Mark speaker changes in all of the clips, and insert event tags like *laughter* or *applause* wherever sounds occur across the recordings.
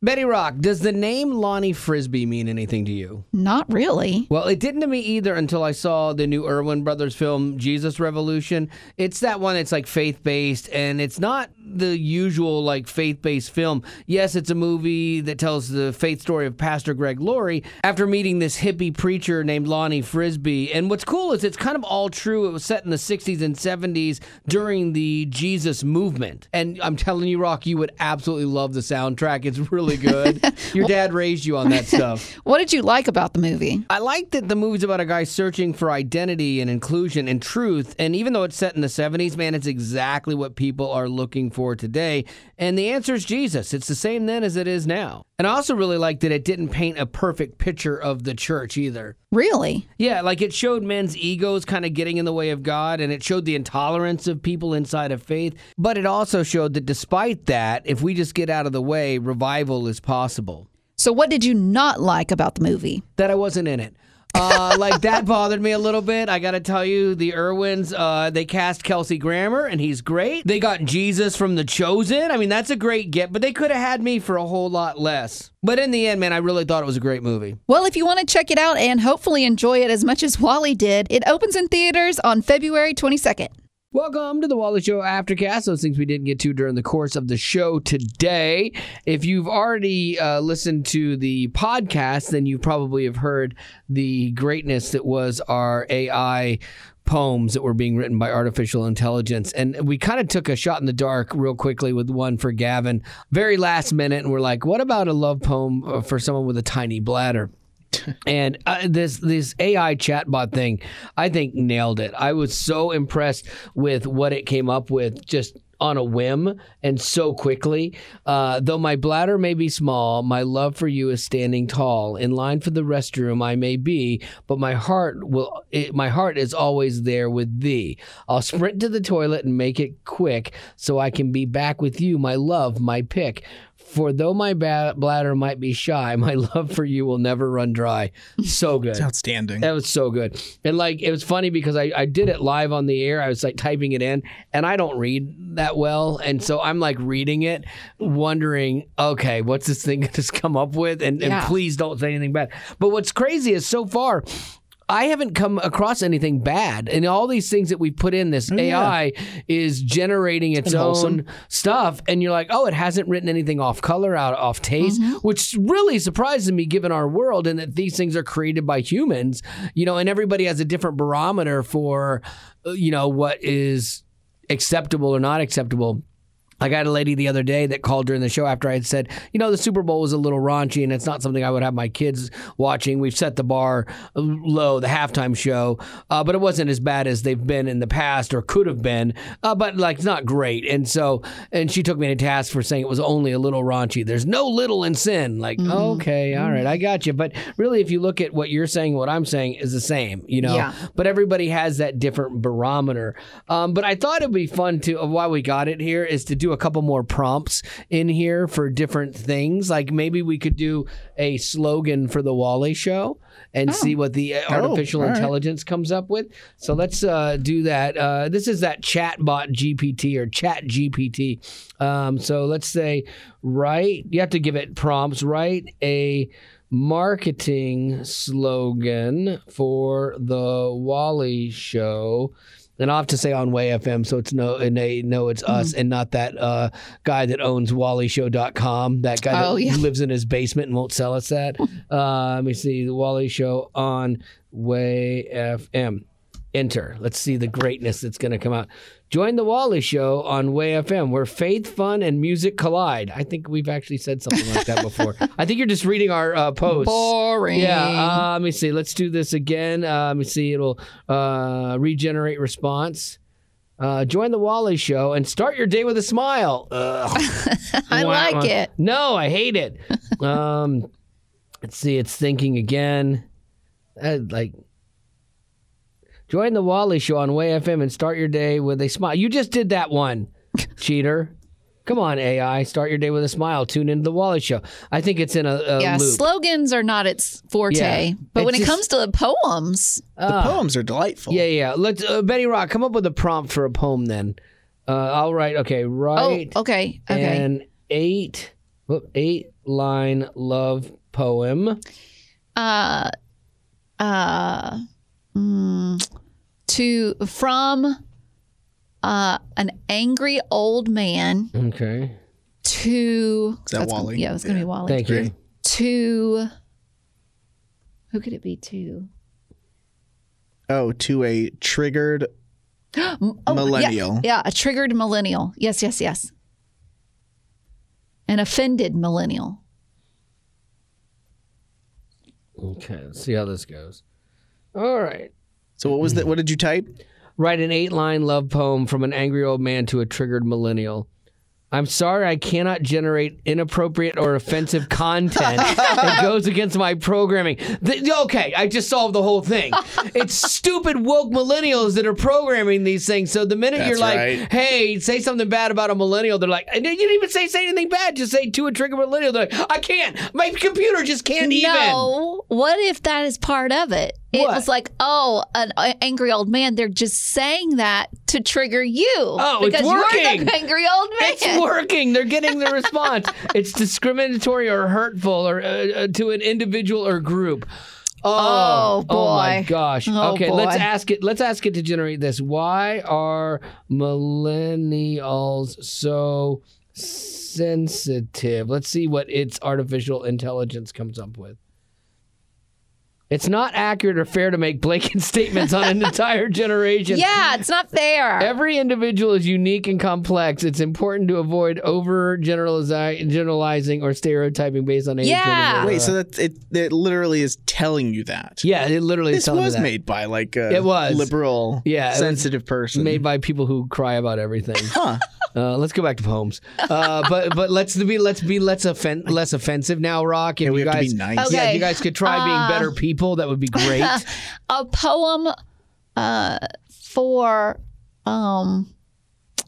Speaker 1: Betty Rock, does the name Lonnie Frisbee mean anything to you?
Speaker 2: Not really.
Speaker 1: Well, it didn't to me either until I saw the new Irwin Brothers film, Jesus Revolution. It's that one that's like faith based, and it's not the usual like faith based film. Yes, it's a movie that tells the faith story of Pastor Greg Laurie after meeting this hippie preacher named Lonnie Frisbee. And what's cool is it's kind of all true. It was set in the 60s and 70s during the Jesus movement. And I'm telling you, Rock, you would absolutely love the soundtrack. It's really good. Your dad raised you on that stuff.
Speaker 2: What did you like about the movie?
Speaker 1: I like that the movie's about a guy searching for identity and inclusion and truth. And even though it's set in the 70s, man, it's exactly what people are looking for today. And the answer is Jesus. It's the same then as it is now. And I also really like that it didn't paint a perfect picture of the church either.
Speaker 2: Really?
Speaker 1: Yeah, like it showed men's egos kind of getting in the way of God, and it showed the intolerance of people inside of faith. But it also showed that despite that, if we just get out of the way, revival is possible.
Speaker 2: So, what did you not like about the movie?
Speaker 1: that I wasn't in it. Uh, like that bothered me a little bit. I got to tell you, the Irwins, uh, they cast Kelsey Grammer, and he's great. They got Jesus from The Chosen. I mean, that's a great get, but they could have had me for a whole lot less. But in the end, man, I really thought it was a great movie.
Speaker 2: Well, if you want to check it out and hopefully enjoy it as much as Wally did, it opens in theaters on February 22nd.
Speaker 1: Welcome to the Wally Show Aftercast. Those things we didn't get to during the course of the show today. If you've already uh, listened to the podcast, then you probably have heard the greatness that was our AI poems that were being written by artificial intelligence. And we kind of took a shot in the dark real quickly with one for Gavin, very last minute. And we're like, what about a love poem uh, for someone with a tiny bladder? and uh, this this AI chatbot thing, I think nailed it. I was so impressed with what it came up with just on a whim and so quickly. Uh, Though my bladder may be small, my love for you is standing tall. In line for the restroom, I may be, but my heart will. It, my heart is always there with thee. I'll sprint to the toilet and make it quick, so I can be back with you, my love, my pick. For though my ba- bladder might be shy, *laughs* my love for you will never run dry. So good.
Speaker 3: Outstanding.
Speaker 1: That was so good. And like it was funny because I, I did it live on the air. I was like typing it in and I don't read that well. And so I'm like reading it, wondering, okay, what's this thing *laughs* gonna just come up with? And, and
Speaker 2: Yeah.
Speaker 1: please don't say anything bad. But what's crazy is so far I haven't come across anything bad. And all these things that we put in this AI is generating its,
Speaker 3: been
Speaker 1: own
Speaker 3: wholesome.
Speaker 1: stuff. And you're like, oh, it hasn't written anything off color, out off taste, which really surprises me given our world and that these things are created by humans, you know, and everybody has a different barometer for, uh, you know, what is acceptable or not acceptable. I got a lady the other day that called during the show after I had said, you know, the Super Bowl was a little raunchy and it's not something I would have my kids watching. We've set the bar low, the halftime show, uh, but it wasn't as bad as they've been in the past or could have been, uh, but like it's not great. And so, and she took me to task for saying it was only a little raunchy. There's no little in sin. Like, okay, all right, I got you. But really, if you look at what you're saying, what I'm saying is the same, you know?
Speaker 2: Yeah.
Speaker 1: but everybody has that different barometer. Um, but I thought it'd be fun to of why we got it here is to do a couple more prompts in here for different things. Like maybe we could do a slogan for the Wally Show and see what the uh, artificial
Speaker 3: all right.
Speaker 1: intelligence comes up with. So let's uh, do that. Uh, this is that chatbot GPT or Chat GPT. Um, so let's say write. You have to give it prompts. Write a marketing slogan for the Wally Show. And I'll have to say on Way FM, so it's no, and they know it's us and not that uh, guy that owns WallyShow.com, that guy
Speaker 2: Oh,
Speaker 1: that
Speaker 2: yeah.
Speaker 1: lives in his basement and won't sell us that. uh, let me see, The Wally Show on Way FM. Enter. Let's see the greatness that's going to come out. Join The Wally Show on Way FM, where faith, fun, and music collide. I think we've actually said something like that before. I think you're just reading our uh, posts.
Speaker 2: Boring.
Speaker 1: Yeah. Uh, let me see. Let's do this again. Uh, let me see. It'll uh, regenerate response. Uh, join the Wally Show and start your day with a smile. Ugh.
Speaker 2: *laughs* I
Speaker 1: Wah,
Speaker 2: like
Speaker 1: wah.
Speaker 2: it.
Speaker 1: No, I hate it.
Speaker 2: *laughs*
Speaker 1: Um, let's see. It's thinking again. Uh, like. Join the Wally Show on Way FM and start your day with a smile. You just did that
Speaker 2: *laughs*
Speaker 1: one, cheater. Come on, AI. Start your day with a smile. Tune into the Wally Show. I think it's in a, a
Speaker 2: Yeah,
Speaker 1: loop.
Speaker 2: slogans are not its forte.
Speaker 1: Yeah.
Speaker 2: But
Speaker 1: It's
Speaker 2: when it
Speaker 1: just-
Speaker 2: comes to poems,
Speaker 3: the poems are delightful.
Speaker 1: Ah, Yeah, yeah. Let's uh, Betty Rock come up with a prompt for a poem. Then uh, I'll write. Okay,
Speaker 2: oh,
Speaker 1: write
Speaker 2: okay, okay.
Speaker 1: an eight, whoop, eight line love poem?
Speaker 2: Uh, uh, mm, to from uh, an angry old man
Speaker 1: Okay.
Speaker 2: to
Speaker 3: Is that
Speaker 2: that's gonna-
Speaker 3: Wally?
Speaker 2: yeah, it's gonna be Wally.
Speaker 1: Thank you.
Speaker 2: To who could it be to?
Speaker 3: Oh, to a triggered
Speaker 2: M- oh, yeah,
Speaker 3: Millennial.
Speaker 2: yeah, a triggered millennial. Yes, yes, yes. An offended millennial.
Speaker 1: Okay. Let's see how this goes. All right.
Speaker 3: So what was that? What did you type?
Speaker 1: Write an eight line love poem from an angry old man to a triggered millennial. I'm sorry I cannot generate inappropriate or offensive content that goes against my programming. Th- okay, I just solved the whole thing. It's stupid woke millennials that are programming these things. So the minute you're
Speaker 3: That's
Speaker 1: like,
Speaker 3: right.
Speaker 1: hey, say something bad about a millennial, they're like, and you didn't even say, say anything bad. Just say to a triggered millennial. They're like, I can't. My computer just can't even.
Speaker 2: No, what if that is part of it? It
Speaker 1: What?
Speaker 2: was like, oh, an a- angry old man. They're just saying that to trigger you.
Speaker 1: Oh, it's
Speaker 2: because You're
Speaker 1: working.
Speaker 2: the angry old man.
Speaker 1: It's working. They're getting
Speaker 2: *laughs*
Speaker 1: the response. it's discriminatory or hurtful or uh, uh, to an individual or group.
Speaker 2: Oh,
Speaker 1: my
Speaker 2: boy.
Speaker 1: gosh.
Speaker 2: Oh,
Speaker 1: okay, let's
Speaker 2: boy.
Speaker 1: ask it. Let's ask it to generate this. Why are millennials so sensitive? Let's see what its artificial intelligence comes up with. It's not accurate or fair to make blanket *laughs* statements on an entire generation.
Speaker 2: Yeah, it's not fair.
Speaker 1: Every individual is unique and complex. It's important to avoid over generalizing or stereotyping based on age.
Speaker 2: Yeah.
Speaker 1: gender,
Speaker 3: Wait,
Speaker 1: or-
Speaker 3: so that it, it literally is telling you that.
Speaker 1: Mm. Uh, yeah, it literally is
Speaker 3: This
Speaker 1: telling me
Speaker 3: was
Speaker 1: that.
Speaker 3: made by like a
Speaker 1: It was.
Speaker 3: liberal,
Speaker 1: Yeah, it was
Speaker 3: sensitive person.
Speaker 1: Made by people who cry about
Speaker 3: *laughs*
Speaker 1: everything.
Speaker 3: huh.
Speaker 1: Uh, let's go back to poems. Uh, but but let's be let's be let's offen- less offensive now, Rock. If
Speaker 3: Yeah, we
Speaker 1: you
Speaker 3: have to be
Speaker 1: guys,
Speaker 3: nice.
Speaker 1: yeah, if
Speaker 2: Okay.
Speaker 1: you guys could try being
Speaker 2: Uh,
Speaker 1: better people, that would be
Speaker 2: *laughs*
Speaker 1: great.
Speaker 2: a poem uh, for um,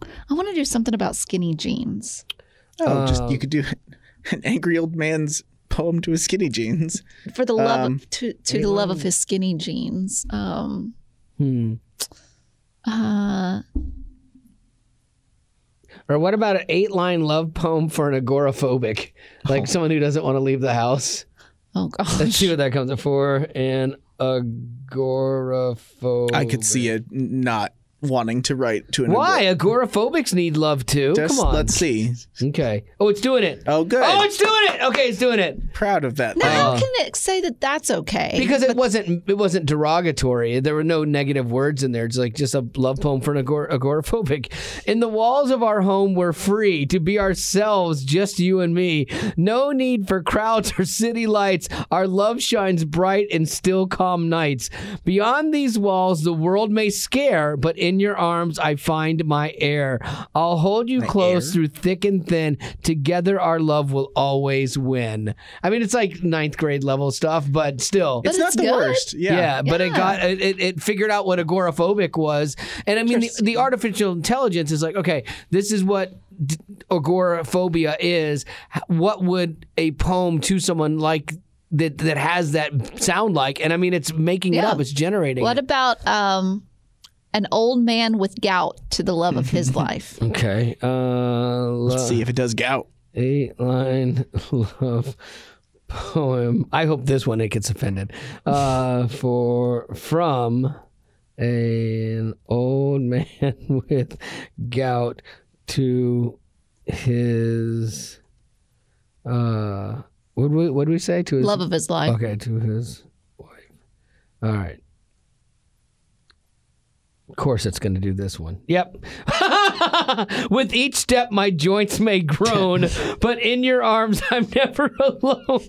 Speaker 2: I want to do something about skinny jeans.
Speaker 3: Oh, just
Speaker 1: Um,
Speaker 3: you could do an angry old man's poem to his skinny jeans.
Speaker 2: For the love
Speaker 3: Um,
Speaker 2: of, to to the love of his skinny jeans. Um,
Speaker 1: Hmm.
Speaker 2: uh,
Speaker 1: Or what about an eight line love poem for an agoraphobic,
Speaker 3: Oh.
Speaker 1: like someone who doesn't want to leave the house?
Speaker 2: oh gosh.
Speaker 1: Let's see what that comes up for. An agoraphobic.
Speaker 3: I could see it not wanting to write to an
Speaker 1: Oh, Why? Agoraphobics need love too.
Speaker 3: Just,
Speaker 1: Come on.
Speaker 3: Let's see.
Speaker 1: Okay. Oh, it's doing it.
Speaker 3: Oh, good.
Speaker 1: Oh, it's doing it. Okay, it's doing it
Speaker 3: Proud of that.
Speaker 2: Now,
Speaker 3: thing.
Speaker 2: how can it say that that's okay?
Speaker 1: uh, because it wasn't it wasn't derogatory. There were no negative words in there. It's like just a love poem for an agor- agoraphobic. In the walls of our home, we're free to be ourselves, just you and me. No need for crowds or city lights. Our love shines bright in still calm nights. Beyond these walls, the world may scare, but in your arms I find my air. I'll hold you close
Speaker 3: air?
Speaker 1: through thick and thin. Together, our love will always win. I mean, it's like ninth grade level stuff, but still.
Speaker 3: it's not
Speaker 2: it's
Speaker 3: the
Speaker 2: good.
Speaker 3: worst.
Speaker 1: Yeah.
Speaker 3: Yeah.
Speaker 1: but it
Speaker 2: Yeah.
Speaker 1: got it, it, it figured out what agoraphobic was, and I mean the, the artificial intelligence is like, okay, this is what d- agoraphobia is. H- What would a poem to someone like that that has that sound like? And I mean, it's making it
Speaker 2: Yeah.
Speaker 1: up, it's generating.
Speaker 2: What
Speaker 1: it.
Speaker 2: about um, an old man with gout to the love
Speaker 1: *laughs*
Speaker 2: of his life?
Speaker 1: okay, uh,
Speaker 3: Let's
Speaker 1: lo-
Speaker 3: see if it does gout.
Speaker 1: eight line *laughs* love poem. I hope this one it gets offended. Uh, for from an old *laughs* man with gout to his uh what we what do we say to his
Speaker 2: Love of his life.
Speaker 1: okay to his wife. All right. Of course, it's going to do this one. Yep. *laughs* With each step, my joints may *laughs* groan, but in your arms, *laughs* I'm never alone. *laughs*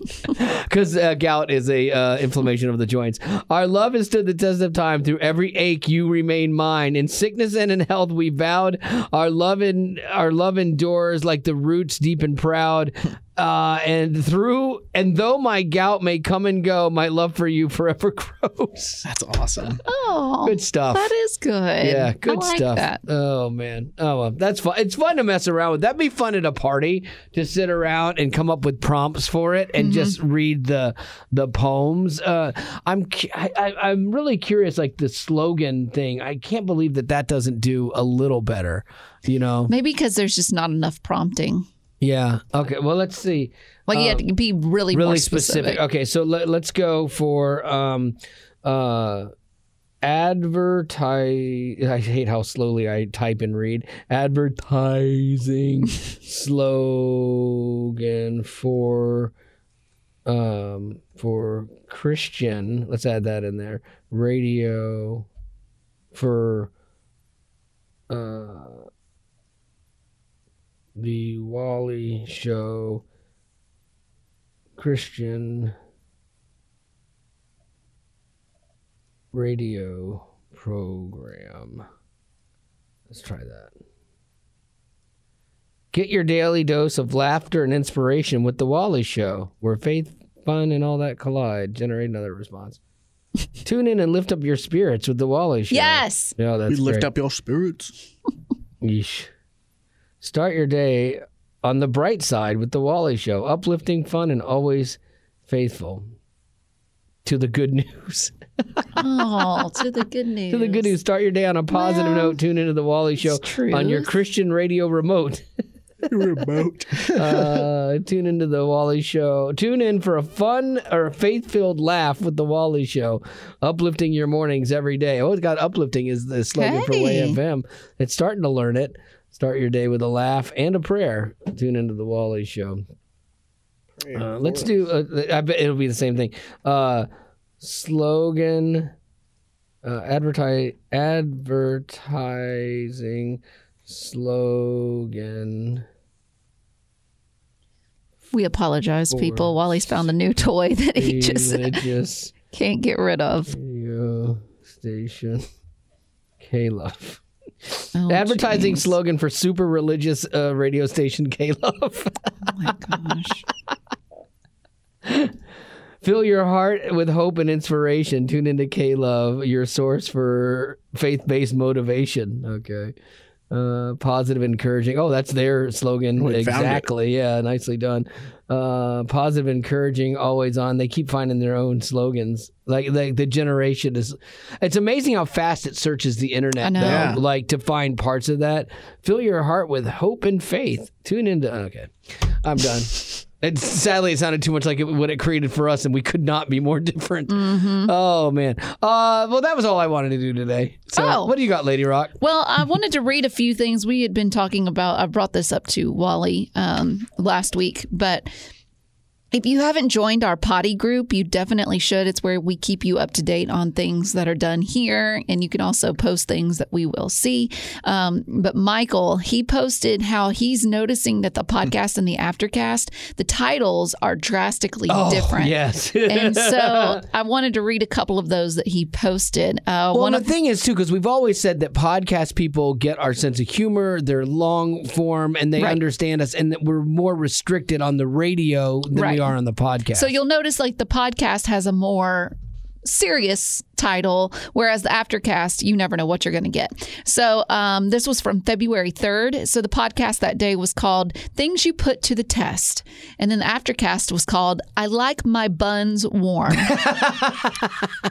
Speaker 1: Because uh, gout is a uh, inflammation of the joints. Our love has stood the test of time. Through every ache, you remain mine. In sickness and in health, we vowed. Our love in our love endures like the roots deep and proud. Uh, and through and though my gout may come and go, my love for you forever *laughs* grows.
Speaker 3: That's awesome.
Speaker 2: Oh,
Speaker 1: Good stuff.
Speaker 2: that is good.
Speaker 1: Yeah,
Speaker 2: I
Speaker 1: good
Speaker 2: like
Speaker 1: stuff.
Speaker 2: That.
Speaker 1: Oh man. Oh, well, that's fun. It's fun to mess around with. That'd be fun at a party to sit around and come up with prompts for it
Speaker 2: Mm-hmm.
Speaker 1: and just read the the poems. Uh, I'm cu- I, I, I'm really curious, like the slogan thing. I can't believe that that doesn't do a little better. You know?
Speaker 2: Maybe because there's just not enough prompting.
Speaker 1: Yeah. Okay. Well, let's see.
Speaker 2: Like you had to be really more
Speaker 1: Um, Really
Speaker 2: specific.
Speaker 1: specific. Okay. So let, let's go for um, uh, advertise. I hate how slowly I type and read.
Speaker 2: *laughs*
Speaker 1: Advertising slogan for um for Christian. Let's add that in there. Radio for uh the Wally show Christian radio program. Let's try that. Get your daily dose of laughter and inspiration with The Wally Show, where faith, fun, and all that collide. Generate another response. Tune in and lift up your spirits with The Wally Show.
Speaker 2: Yes.
Speaker 1: Yeah, that's
Speaker 3: we lift
Speaker 1: great.
Speaker 3: up your spirits.
Speaker 1: Yeesh. Start your day on the bright side with the Wally Show, uplifting, fun, and always faithful to the good *laughs* news.
Speaker 2: Oh, to the good
Speaker 1: *laughs*
Speaker 2: news.
Speaker 1: to the good news. Start your day on a positive
Speaker 2: Well,
Speaker 1: note. Tune into the Wally Show
Speaker 2: true.
Speaker 1: on your Christian radio remote.
Speaker 3: Remote.
Speaker 1: Uh, tune into the Wally Show. Tune in for a fun or faith filled laugh with the Wally Show, uplifting your mornings every day. Oh, it's got uplifting is the slogan for
Speaker 2: Hey.
Speaker 1: Way FM. It's starting to learn it. Start your day with a laugh and a prayer. Tune into the Wally Show. Uh, let's do. Uh, I bet it'll be the same thing. Uh, slogan, uh, advertise, advertising, slogan.
Speaker 2: We apologize,
Speaker 1: Four.
Speaker 2: people. Wally's found a new *laughs* toy that *laughs* he just
Speaker 1: religious
Speaker 2: can't get rid of.
Speaker 1: radio station. K Love.
Speaker 2: Oh,
Speaker 1: Advertising
Speaker 2: geez.
Speaker 1: slogan for super religious uh, radio station K *laughs* Love.
Speaker 2: Oh my gosh.
Speaker 1: Fill your heart with hope and inspiration. Tune into K Love, your source for faith based motivation. Okay. Uh, positive, encouraging. Oh, that's their slogan.
Speaker 3: We Oh, found it.
Speaker 1: exactly. Yeah, nicely done. Uh, positive, encouraging, always on. They keep finding their own slogans. Like, like the generation is. It's amazing how fast it searches the internet.
Speaker 2: I know.
Speaker 1: though,
Speaker 3: Yeah.
Speaker 1: Like to find parts of that. Fill your heart with hope and faith. Tune into. Okay, I'm done. It, sadly, it sounded too much like it, what it created for us, and we could not be more *laughs* different.
Speaker 2: Mm-hmm.
Speaker 1: Oh man. Uh, well, that was all I wanted to do today. So,
Speaker 2: Oh.
Speaker 1: what do you got, Lady Rock?
Speaker 2: Well, I wanted to read a few things we had been talking about. I brought this up to Wally um, last week, but if you haven't joined our potty group, you definitely should. It's where we keep you up to date on things that are done here, and you can also post things that we will see. Um, but Michael, he posted how he's noticing that the podcast and the aftercast, the titles are drastically different.
Speaker 1: Yes. *laughs*
Speaker 2: And so I wanted to read a couple of those that he posted. Uh,
Speaker 1: Well,
Speaker 2: one
Speaker 1: and the
Speaker 2: of
Speaker 1: thing is too, because we've always said that podcast people get our sense of humor, they're long form, and they
Speaker 2: Right.
Speaker 1: understand us, and that we're more restricted on the radio than
Speaker 2: Right.
Speaker 1: we are on the podcast.
Speaker 2: So you'll notice like the podcast has a more serious title, whereas the aftercast, you never know what you're going to get. So um, this was from February 3rd. So the podcast that day was called Things You Put to the Test. And then the aftercast was called I Like My Buns Warm.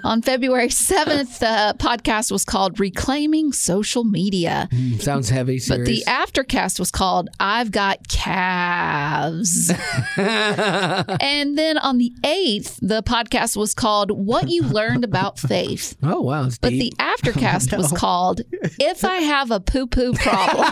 Speaker 2: On February 7th, the podcast was called Reclaiming Social Media.
Speaker 1: sounds heavy, serious.
Speaker 2: The aftercast was called I've Got
Speaker 3: *laughs*
Speaker 2: Calves. and then on the 8th, the podcast was called What You Learned About Faith.
Speaker 1: oh wow, it's
Speaker 2: But the
Speaker 1: deep.
Speaker 2: aftercast
Speaker 3: *laughs*
Speaker 2: was called If I Have a Poo Poo Problem.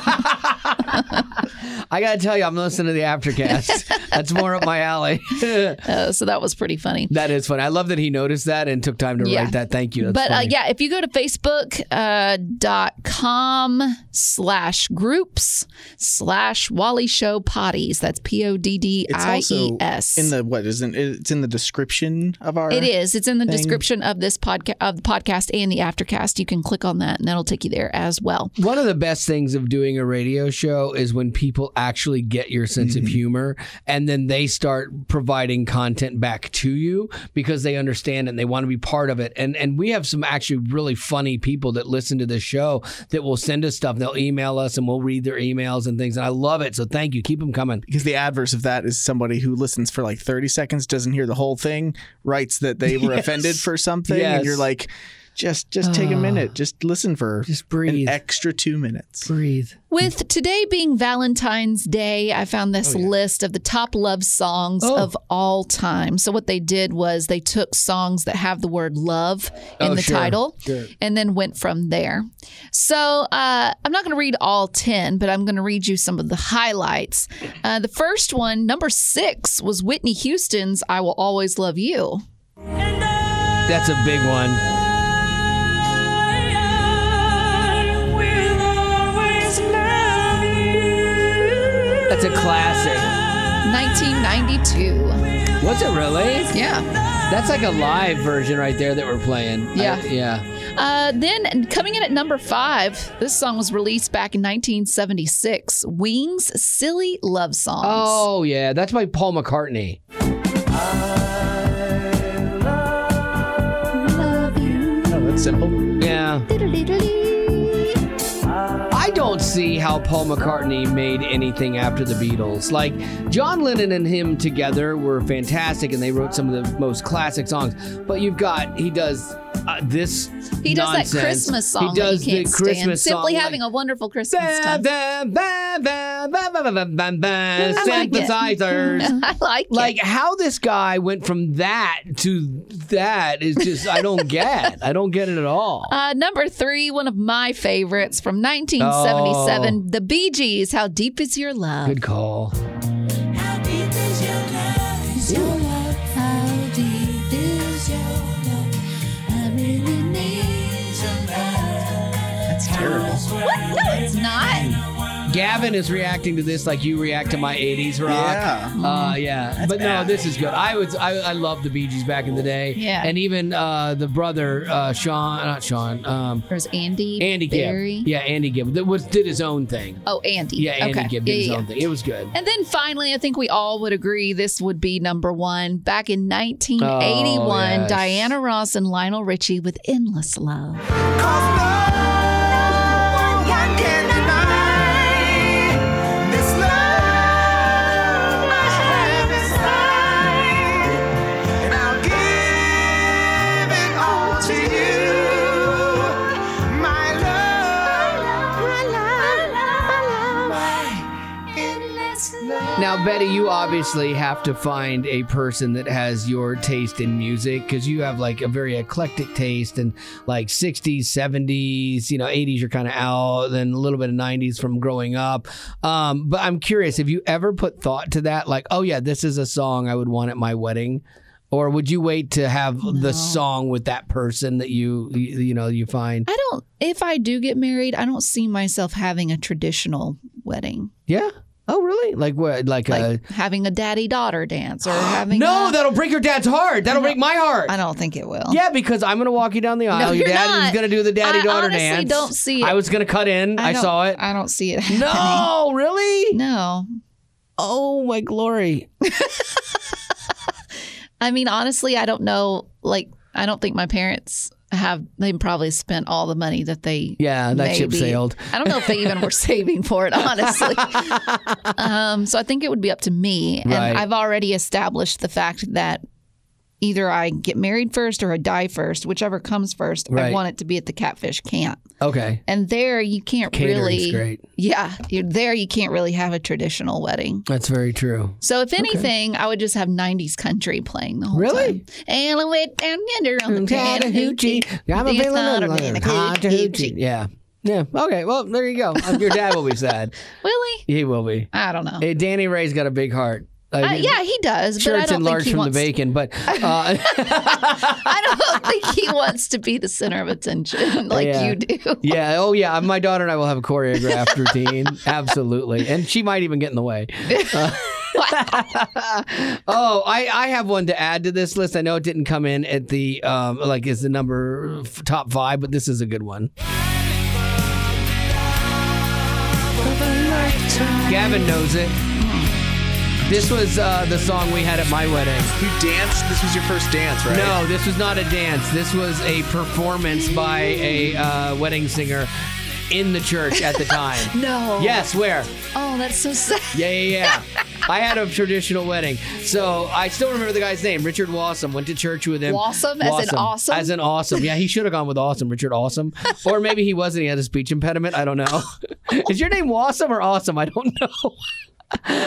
Speaker 1: I gotta tell you, I'm listening to the
Speaker 2: *laughs*
Speaker 1: aftercast. That's more up my alley. *laughs*
Speaker 2: Uh, so that was pretty funny.
Speaker 1: That is funny. I love that he noticed that and took time to
Speaker 2: Yeah.
Speaker 1: write that. Thank you. That's
Speaker 2: but uh,
Speaker 1: funny.
Speaker 2: yeah, if you go to Facebook uh, dot com slash groups slash Wally Show Potties, that's P O D D
Speaker 3: It's
Speaker 2: I E
Speaker 3: also
Speaker 2: S.
Speaker 3: in the what isn't it's in the description of our
Speaker 2: It is. It's in the
Speaker 3: thing.
Speaker 2: description of this podcast of the podcast and the aftercast. You can click on that, and that'll take you there as well.
Speaker 1: One of the best things of doing a radio show is when people actually get your sense of humor and then they start providing content back to you because they understand and they want to be part of it. And and we have some actually really funny people that listen to this show that will send us stuff. They'll email us and we'll read their emails and things. And I love it. So thank you. Keep them coming.
Speaker 3: because the adverse of that is somebody who listens for like 30 seconds doesn't hear the whole thing writes that they were offended for something
Speaker 1: Yes. Ah.
Speaker 3: and you're like, just just take a minute, just listen for
Speaker 1: Just
Speaker 3: an
Speaker 1: breathe.
Speaker 3: extra two minutes.
Speaker 1: breathe.
Speaker 2: With today being Valentine's Day, I found this list of the top love songs
Speaker 1: Oh.
Speaker 2: of all time. So what they did was they took songs that have the word love in
Speaker 1: Oh,
Speaker 2: the
Speaker 1: sure.
Speaker 2: title and then went from there. So uh, I'm not going to read all 10, but I'm going to read you some of the highlights. Uh, the first one, number six, was Whitney Houston's I Will Always Love You.
Speaker 1: That's a big one. That's a classic.
Speaker 2: 1992.
Speaker 1: Was it really?
Speaker 2: Yeah.
Speaker 1: That's like a live version right there that we're playing. I-
Speaker 2: Yeah.
Speaker 1: yeah.
Speaker 2: Uh, then coming in at number five, this song was released back in 1976. Wings, silly love songs.
Speaker 1: Oh yeah, that's by Paul McCartney.
Speaker 3: Oh, that's simple.
Speaker 1: Yeah. I don't see how Paul McCartney made anything after the Beatles. Like, John Lennon and him together were fantastic and they wrote some of the most classic songs. But you've got, he does uh, this.
Speaker 2: he does that
Speaker 1: nonsense.
Speaker 2: Christmas song
Speaker 1: He does
Speaker 2: that you can't
Speaker 1: the Christmas
Speaker 2: stand.
Speaker 1: song.
Speaker 2: Simply having a wonderful Christmas
Speaker 1: Bam,
Speaker 2: time.
Speaker 1: bam, bam, bam, bam, bam, bam, bam, bam,
Speaker 2: I like it.
Speaker 1: synthesizers.
Speaker 2: *laughs* I like,
Speaker 1: Like
Speaker 2: it.
Speaker 1: how this guy went from that to that is just I don't get. I don't get it at all.
Speaker 2: Uh, number three, one of my favorites
Speaker 1: Oh.
Speaker 2: from 1977, The Bee Gees, How Deep Is Your Love?
Speaker 1: Good call.
Speaker 3: That's terrible.
Speaker 2: What? No, it's not.
Speaker 1: Gavin is reacting to this like you react to my '80s rock.
Speaker 3: Yeah.
Speaker 1: uh, yeah. but no, this is good. I was I, I loved the Bee Gees back in the day.
Speaker 2: Yeah.
Speaker 1: and even uh, the brother uh, Sean, not Sean, um,
Speaker 2: There's Andy.
Speaker 1: Andy
Speaker 2: Barry.
Speaker 1: Gibb. Yeah, Andy Gibb that was did his own thing.
Speaker 2: Oh, Andy.
Speaker 1: Yeah, Andy
Speaker 2: okay.
Speaker 1: Gibb
Speaker 2: Yeah,
Speaker 1: did his
Speaker 2: yeah, yeah.
Speaker 1: own thing. It was good.
Speaker 2: And then finally, I think we all would agree this would be number one. Back in 1981,
Speaker 1: Oh, yes.
Speaker 2: Diana Ross and Lionel Richie with Endless Love.
Speaker 1: Now, Betty, you obviously have to find a person that has your taste in music because you have like a very eclectic taste and like 60s, 70s, you know, 80s, you're kind of out, then a little bit of 90s from growing up. Um, but I'm curious, have you ever put thought to that? Like, oh, yeah, this is a song I would want at my wedding. Or would you wait to have the song with that person that you, you, you know, you find?
Speaker 2: I don't, if I do get married, I don't see myself having a traditional wedding,
Speaker 1: Yeah. Oh, really? Like what? Like, a.
Speaker 2: like having a daddy daughter
Speaker 1: *gasps*
Speaker 2: dance or having.
Speaker 1: No,
Speaker 2: a-
Speaker 1: that'll break your dad's heart. That'll break my heart.
Speaker 2: I don't think it will.
Speaker 1: Yeah, because I'm gonna walk you down the aisle. your
Speaker 2: you're
Speaker 1: dad
Speaker 2: not.
Speaker 1: is gonna do the daddy
Speaker 2: I
Speaker 1: daughter
Speaker 2: honestly
Speaker 1: dance.
Speaker 2: don't see it.
Speaker 1: I was gonna cut in. I,
Speaker 2: don't-
Speaker 1: saw it.
Speaker 2: I don't see it happening.
Speaker 1: no, really?
Speaker 2: No.
Speaker 1: Oh my glory!
Speaker 2: I mean, honestly, I don't know. Like, I don't think my parents have. They probably spent all the money that they.
Speaker 1: Yeah, that ship
Speaker 2: maybe-
Speaker 1: sailed.
Speaker 2: I don't know if they even
Speaker 1: *laughs*
Speaker 2: were saving for it, honestly. um, so I think it would be up to me, and
Speaker 1: Right.
Speaker 2: I've already established the fact that either I get married first or I die first, whichever comes first. I
Speaker 1: Right.
Speaker 2: want it to be at the Catfish Camp,
Speaker 1: Okay,
Speaker 2: and there you can't
Speaker 1: catering's
Speaker 2: really.
Speaker 1: great.
Speaker 2: Yeah, you're there. You can't really have a traditional wedding.
Speaker 1: That's very true.
Speaker 2: So if anything, I would just have '90s country playing the whole
Speaker 1: Really?
Speaker 2: time. And I went down yonder on the Chattahoochee.
Speaker 1: Chattahoochee, I'm a
Speaker 2: These
Speaker 1: feeling
Speaker 2: are
Speaker 1: like
Speaker 2: the
Speaker 1: Chattahoochee.
Speaker 2: Chattahoochee.
Speaker 1: Yeah, yeah. Okay, well there you go. Um, Your dad will be sad.
Speaker 2: Really?
Speaker 1: He will be.
Speaker 2: I don't know.
Speaker 1: Hey, Danny Ray's got a big heart. Like,
Speaker 2: Uh, yeah, he does,
Speaker 1: sure
Speaker 2: but I
Speaker 1: it's
Speaker 2: don't think
Speaker 1: enlarged
Speaker 2: he
Speaker 1: from
Speaker 2: wants.
Speaker 1: the bacon, but uh,
Speaker 2: *laughs* I don't think he wants to be the center of attention *laughs* like
Speaker 1: Yeah.
Speaker 2: you do.
Speaker 1: Yeah. Oh, yeah. My daughter and I will have a choreographed routine. Absolutely. And she might even get in the way. Uh, *laughs* oh, I, I have one to add to this list. I know it didn't come in at the, um, like, is the number f- top five, but this is a good one. Gavin knows it. This was uh, the song we had at my wedding.
Speaker 3: You danced. This was your first dance, right?
Speaker 1: No, this was not a dance. This was a performance by a uh, wedding singer in the church at the time.
Speaker 2: No.
Speaker 1: Yes, where?
Speaker 2: Oh, that's so sad.
Speaker 1: Yeah, yeah, yeah. I had a traditional wedding, so I still remember the guy's name, Richard Wassum. Went to church with him.
Speaker 2: Wassum, as in awesome?
Speaker 1: As an awesome. Yeah, he should have gone with awesome, Richard Awesome, or maybe he wasn't. He had a speech impediment. I don't know. *laughs* Is your name Wassum or Awesome? I don't know.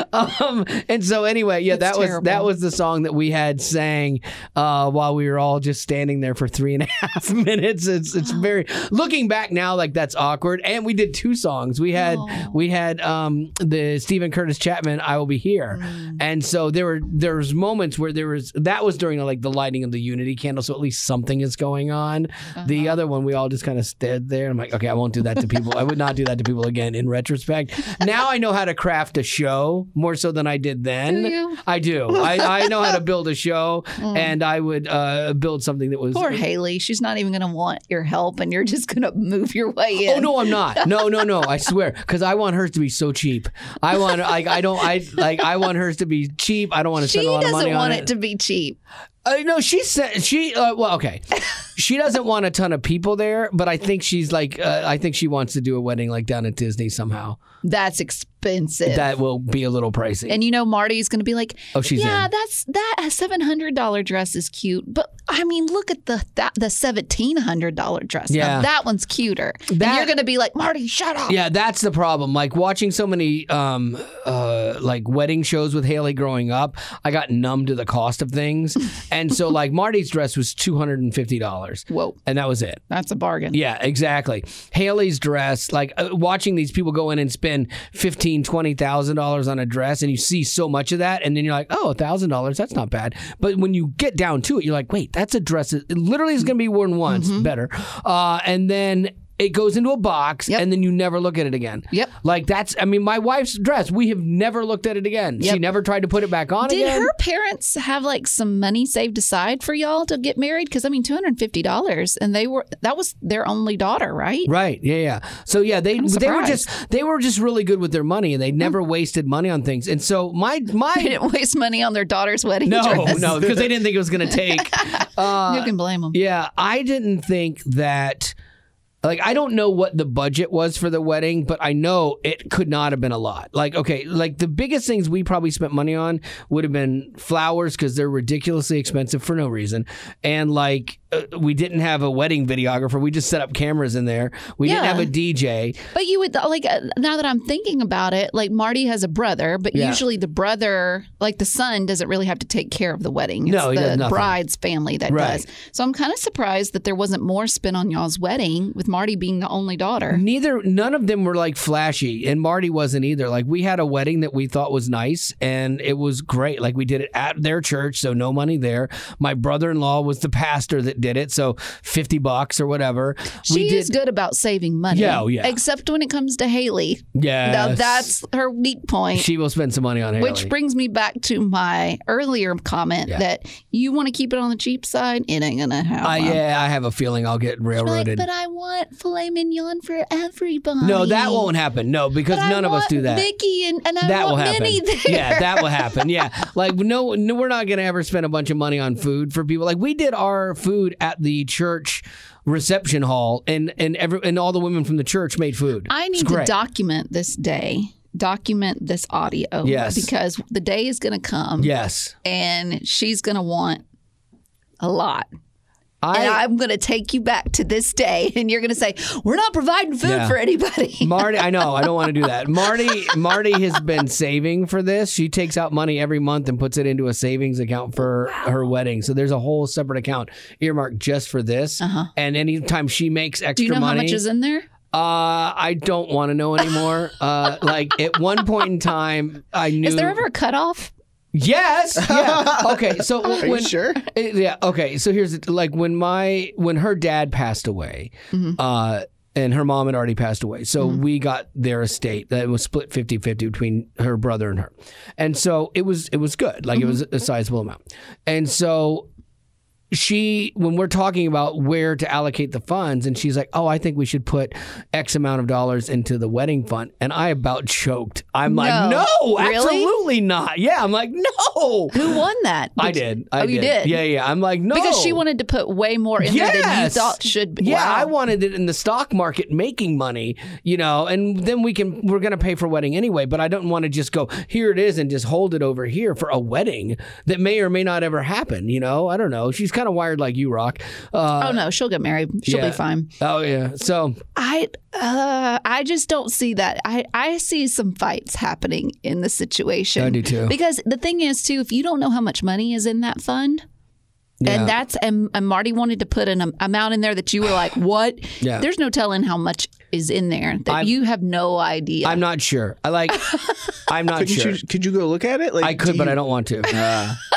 Speaker 1: *laughs* um, and so anyway, yeah,
Speaker 2: That's
Speaker 1: that was
Speaker 2: terrible.
Speaker 1: that was the song that we had sang uh, while we were all just standing there for three and a *laughs* half minutes. It's it's very looking back now, like that's awkward. And we did two songs. We had
Speaker 2: No.
Speaker 1: we had um, the Stephen Curtis Chapman "I Will Be Here," and so there were there was moments where there was that was during like the lighting of the Unity candle, so at least something is going on. The other one, we all just kind of stood there. I'm like, okay, I won't do that to people. I would not do that to people again. In retrospect, now I know how to craft a show more so than I did then.
Speaker 2: Do you? Mm.
Speaker 1: I do. I, I know how to build a
Speaker 2: *laughs*
Speaker 1: show, and I would uh, build something that was Oh,
Speaker 2: Poor Haley. She's not even going to want your help, and you're just going to *laughs* move your way in.
Speaker 1: Oh no, I'm not. No, no, no. I swear, because I want hers to be so cheap. I want like I don't I like I want hers to be cheap. I don't want to
Speaker 2: She
Speaker 1: spend a lot of money
Speaker 2: doesn't
Speaker 1: on
Speaker 2: want
Speaker 1: it.
Speaker 2: it to be cheap.
Speaker 1: Uh, no, she said she. Uh, well, okay, she doesn't want a ton of people there, but I think she's like uh, I think she wants to do a wedding like down at Disney somehow.
Speaker 2: That's expensive.
Speaker 1: That will be a little pricey.
Speaker 2: and you know Marty's going to be like,
Speaker 1: oh, she's
Speaker 2: yeah,
Speaker 1: in.
Speaker 2: that's that seven hundred dollar dress is cute, but I mean, look at the that, the seventeen hundred dollar dress. Now,
Speaker 1: Yeah.
Speaker 2: that one's cuter.
Speaker 1: That-
Speaker 2: and you're going to be like, Marty, shut up.
Speaker 1: Yeah, that's the problem. Like watching so many um uh like wedding shows with Haley growing up, I got numb to the cost of things. and so like Marty's dress was two hundred and fifty dollars.
Speaker 2: Whoa,
Speaker 1: And that was it.
Speaker 2: that's a bargain.
Speaker 1: Yeah, exactly. Haley's dress, like uh, watching these people go in and spend fifteen, twenty thousand dollars on a dress, and you see so much of that, and then you're like, oh, thousand dollars, that's not bad. But when you get down to it, you're like, wait, that's a dress. that it literally is going to be worn once,
Speaker 2: Mm-hmm.
Speaker 1: better, uh, and then. It goes into a box
Speaker 2: Yep.
Speaker 1: and then you never look at it again.
Speaker 2: Yep.
Speaker 1: Like that's I mean, my wife's dress, we have never looked at it again. She
Speaker 2: Yep.
Speaker 1: never tried to put it back on
Speaker 2: Did
Speaker 1: again.
Speaker 2: her parents have like some money saved aside for y'all to get married? Because I mean, two hundred fifty dollars, and they were that was their only daughter, right?
Speaker 1: Right. Yeah. Yeah. So yeah, they they were
Speaker 2: surprised.
Speaker 1: just they were just really good with their money, and they never wasted money on things. And so my
Speaker 2: *laughs* They
Speaker 1: my
Speaker 2: didn't waste money on their daughter's
Speaker 1: *laughs*
Speaker 2: wedding
Speaker 1: no
Speaker 2: dress.
Speaker 1: no because they didn't think it was going to take.
Speaker 2: *laughs*
Speaker 1: Uh,
Speaker 2: you can blame them.
Speaker 1: yeah, I didn't think that. Like I don't know what the budget was for the wedding, but I know it could not have been a lot. Like okay, like the biggest things we probably spent money on would have been flowers because they're ridiculously expensive for no reason, and like uh, we didn't have a wedding videographer. We just set up cameras in there. We didn't
Speaker 2: Yeah.
Speaker 1: have a DJ.
Speaker 2: But you would like uh, now that I'm thinking about it, like Marty has a brother, but
Speaker 1: Yeah.
Speaker 2: usually the brother, like the son, doesn't really have to take care of the wedding. It's
Speaker 1: No, he does
Speaker 2: the
Speaker 1: nothing.
Speaker 2: bride's family that
Speaker 1: Right.
Speaker 2: does. So I'm kind of surprised that there wasn't more spin on y'all's wedding with Marty being the only daughter.
Speaker 1: Neither, none of them were like flashy, and Marty wasn't either. Like we had a wedding that we thought was nice, and it was great. Like we did it at their church, so no money there. My brother-in-law was the pastor that did it, so fifty bucks or whatever.
Speaker 2: She
Speaker 1: we did,
Speaker 2: is good about saving money.
Speaker 1: Yeah, oh, yeah.
Speaker 2: Except when it comes to Haley.
Speaker 1: yeah.
Speaker 2: Now that's her weak point.
Speaker 1: she will spend some money on Haley.
Speaker 2: which brings me back to my earlier comment
Speaker 1: Yeah.
Speaker 2: that you want to keep it on the cheap side, it ain't gonna happen.
Speaker 1: Uh, yeah, I have a feeling I'll get
Speaker 2: Like,
Speaker 1: railroaded.
Speaker 2: but I want filet mignon for everybody.
Speaker 1: no, that won't happen. No, because
Speaker 2: But I
Speaker 1: none of us
Speaker 2: want
Speaker 1: do that.
Speaker 2: Vicky and, and I
Speaker 1: that will
Speaker 2: want
Speaker 1: happen.
Speaker 2: Minnie there.
Speaker 1: Yeah,
Speaker 2: *laughs*
Speaker 1: that will happen. Yeah, like no, no, we're not gonna ever spend a bunch of money on food for people. Like we did our food at the church reception hall, and and every and all the women from the church made food.
Speaker 2: I
Speaker 1: It's
Speaker 2: need to
Speaker 1: great.
Speaker 2: document this day. Document this audio.
Speaker 1: Yes.
Speaker 2: Because the day is going to come
Speaker 1: Yes,
Speaker 2: and she's going to want a lot.
Speaker 1: I.
Speaker 2: and *laughs* I'm going to take you back to this day *laughs* and you're going to say, we're not providing food
Speaker 1: Yeah.
Speaker 2: for anybody. *laughs*
Speaker 1: Marty, I know I don't want to do that. Marty, Marty has been saving for this. She takes out money every month and puts it into a savings account for her wedding. So there's a whole separate account earmarked just for this.
Speaker 2: Uh-huh.
Speaker 1: And anytime she makes extra
Speaker 2: Do you know
Speaker 1: money,
Speaker 2: how much is in there?
Speaker 1: Uh, I don't want to know anymore. Uh, like at one point in time, I knew.
Speaker 2: Is there ever a cutoff?
Speaker 1: Yes. Yeah. Okay. So
Speaker 3: Are
Speaker 1: when
Speaker 3: you sure?
Speaker 1: it- yeah. Okay. So here's the, like when my when her dad passed away,
Speaker 2: Mm-hmm.
Speaker 1: uh, and her mom had already passed away. So we got their estate that was split 50-50 between her brother and
Speaker 2: Mm-hmm.
Speaker 1: her, and so it was it was good. Like it was a sizable amount, and so she when we're talking about where to allocate the funds and she's like oh i think we should put x amount of dollars into the wedding fund and i about choked i'm like
Speaker 2: No.
Speaker 1: no
Speaker 2: Really?
Speaker 1: absolutely not yeah i'm like no
Speaker 2: Who won that?
Speaker 1: i did I
Speaker 2: oh, you did?
Speaker 1: yeah yeah i'm like no
Speaker 2: Because she wanted to put way more in there than you
Speaker 1: Yes.
Speaker 2: thought should be.
Speaker 1: yeah,
Speaker 2: Wow.
Speaker 1: I wanted it in the stock market making money, you know, and then we can we're gonna pay for a wedding anyway, but I don't want to just go, here it is and just hold it over here for a wedding that may or may not ever happen, you know? I don't know. She's kind of wired like you rock. Uh,
Speaker 2: Oh no, she'll get married. She'll
Speaker 1: yeah.
Speaker 2: be fine.
Speaker 1: oh yeah. So
Speaker 2: I uh, I just don't see that. I, I see some fights happening in the situation.
Speaker 1: I do too.
Speaker 2: Because the thing is too, if you don't know how much money is in that fund,
Speaker 1: Yeah.
Speaker 2: and that's and, and Marty wanted to put an am- amount in there that you were
Speaker 1: *sighs*
Speaker 2: like, what?
Speaker 1: Yeah.
Speaker 2: There's no telling how much is in there that
Speaker 1: I'm-
Speaker 2: you have no idea.
Speaker 1: I'm not sure. I
Speaker 2: *laughs*
Speaker 1: like I'm not
Speaker 3: Couldn't
Speaker 1: sure.
Speaker 3: you? Could you go look at it? Like
Speaker 1: I could,
Speaker 3: do
Speaker 1: but
Speaker 3: you- Ah,
Speaker 1: I don't want
Speaker 3: *laughs*
Speaker 1: to.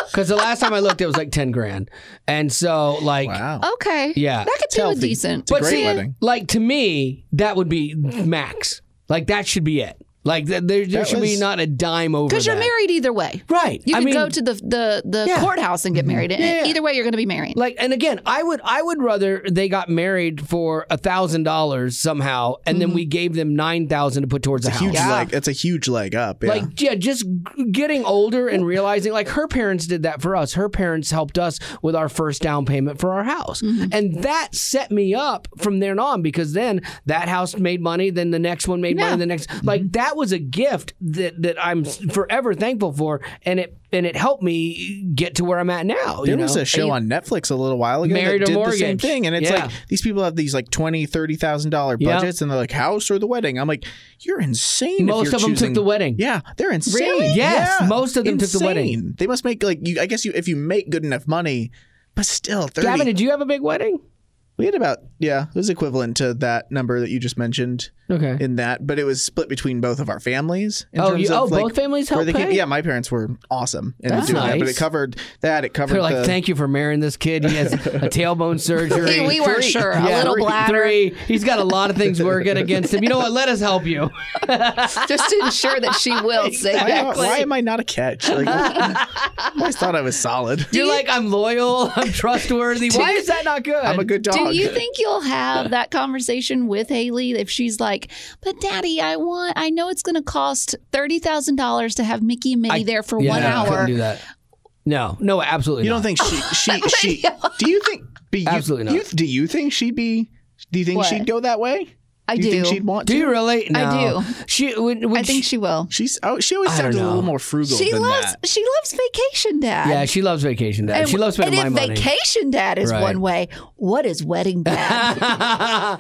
Speaker 1: Because the last time I looked, it was like ten grand, and so like,
Speaker 3: Wow.
Speaker 2: okay.
Speaker 1: Yeah.
Speaker 2: That could do a
Speaker 3: Selfie.
Speaker 2: decent.
Speaker 3: It's a great wedding.
Speaker 1: like to me, that would be max. Like that should be it. Like th- there, there
Speaker 3: That
Speaker 1: should be
Speaker 3: was-
Speaker 1: not a dime over.
Speaker 2: Because you're
Speaker 1: that.
Speaker 2: married either way.
Speaker 1: right?
Speaker 2: You
Speaker 1: I
Speaker 2: can
Speaker 1: mean,
Speaker 2: go to the the, the
Speaker 1: Yeah. Mm-hmm.
Speaker 2: courthouse and get married. And
Speaker 1: Yeah.
Speaker 2: Either way, you're going to be married.
Speaker 1: Like and again, I would I would rather they got married for a thousand dollars somehow, and
Speaker 2: Mm-hmm.
Speaker 1: then we gave them nine thousand to put towards the house.
Speaker 3: Huge
Speaker 2: Yeah.
Speaker 3: leg. That's a huge leg up. Yeah.
Speaker 1: Like yeah, just g- getting older and realizing like her parents did that for us. Her parents helped us with our first down payment for our house.
Speaker 3: Mm-hmm.
Speaker 1: And that set me up from then on because then that house made money, then the next one made
Speaker 2: Yeah.
Speaker 1: money, the next
Speaker 3: Mm-hmm.
Speaker 1: like that was a gift that that I'm forever thankful for and it and it helped me get to where I'm at now, you
Speaker 3: There
Speaker 1: know.
Speaker 3: was a show on Netflix a little while ago
Speaker 1: Married or
Speaker 3: that did the same
Speaker 1: Mortgage.
Speaker 3: thing, and it's
Speaker 1: Yeah.
Speaker 3: like these people have these like twenty, thirty thousand dollar
Speaker 1: Yeah.
Speaker 3: budgets, and they're like house or the wedding. I'm like, you're insane. if
Speaker 1: Most
Speaker 3: you're
Speaker 1: of 'em took
Speaker 3: choosing-
Speaker 1: the wedding.
Speaker 3: Yeah, they're insane.
Speaker 2: Really?
Speaker 1: Yes,
Speaker 3: Yeah.
Speaker 1: most of them took the wedding.
Speaker 3: Insane. They must make like you. I guess you if you make good enough money, but still, thirty.
Speaker 1: Gavin, did you have a big wedding?
Speaker 3: we had about yeah, it was equivalent to that number that you just mentioned.
Speaker 1: Okay.
Speaker 3: in that, but it was split between both of our families. In
Speaker 1: Oh,
Speaker 3: terms
Speaker 1: you-
Speaker 3: of,
Speaker 1: oh,
Speaker 3: like,
Speaker 1: both families
Speaker 3: where
Speaker 1: helped
Speaker 3: they came-
Speaker 1: pay?
Speaker 3: Yeah, my parents were awesome in
Speaker 1: That's
Speaker 3: doing that, but
Speaker 1: nice.
Speaker 3: it covered that. It covered
Speaker 1: They're like,
Speaker 3: the,
Speaker 1: thank you for marrying this kid. He has a
Speaker 3: *laughs*
Speaker 1: tailbone surgery.
Speaker 2: We- we weren't
Speaker 1: Three.
Speaker 2: sure. A little
Speaker 1: three-
Speaker 2: bladder.
Speaker 1: Three. He's got a lot of things working against him. You know what? Let us help you.
Speaker 2: just to ensure that she
Speaker 1: *laughs*
Speaker 2: will say
Speaker 3: Why,
Speaker 2: that.
Speaker 3: why am I not a catch?
Speaker 2: *laughs*
Speaker 3: Like, I always thought I was solid.
Speaker 1: You're like, I'm loyal. I'm trustworthy. Why is that not good?
Speaker 3: I'm a good dog.
Speaker 2: Do you think you'll have that conversation with Haley if she's like, "But Daddy, I want. I know it's going to cost thirty thousand dollars to have Mickey and Minnie there for
Speaker 1: yeah,
Speaker 2: one
Speaker 1: no, I Couldn't
Speaker 2: hour."
Speaker 1: do that. No, no, absolutely.
Speaker 3: you don't
Speaker 1: not.
Speaker 3: think she
Speaker 2: *laughs*
Speaker 3: she she? Do you think? Do you,
Speaker 1: Absolutely
Speaker 3: you-
Speaker 1: not.
Speaker 3: do you think she'd be? Do you think
Speaker 2: What?
Speaker 3: she'd go that way?
Speaker 2: I
Speaker 3: do. You think
Speaker 2: do.
Speaker 3: she'd want
Speaker 1: Do
Speaker 3: to?
Speaker 1: you really? No.
Speaker 2: I do.
Speaker 1: She. When, when
Speaker 2: I think she will.
Speaker 3: She's oh, she always
Speaker 1: I don't
Speaker 3: sounded a little
Speaker 1: know.
Speaker 3: more frugal
Speaker 2: She
Speaker 3: than
Speaker 2: loves.
Speaker 3: that.
Speaker 2: She loves vacation, Dad.
Speaker 1: Yeah, she loves vacation dad.
Speaker 2: And,
Speaker 1: she loves spending
Speaker 2: and
Speaker 1: my
Speaker 2: if
Speaker 1: money.
Speaker 2: vacation dad is
Speaker 1: Right.
Speaker 2: one way, what is
Speaker 1: *laughs*
Speaker 2: wedding dad?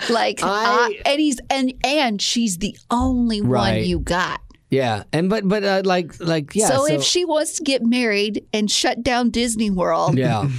Speaker 2: like,
Speaker 1: I-
Speaker 2: I, and he's and and she's the only one
Speaker 1: Right.
Speaker 2: you got.
Speaker 1: yeah, and but but uh, like like yeah.
Speaker 2: so, if she wants to get married and shut down Disney World,
Speaker 1: yeah,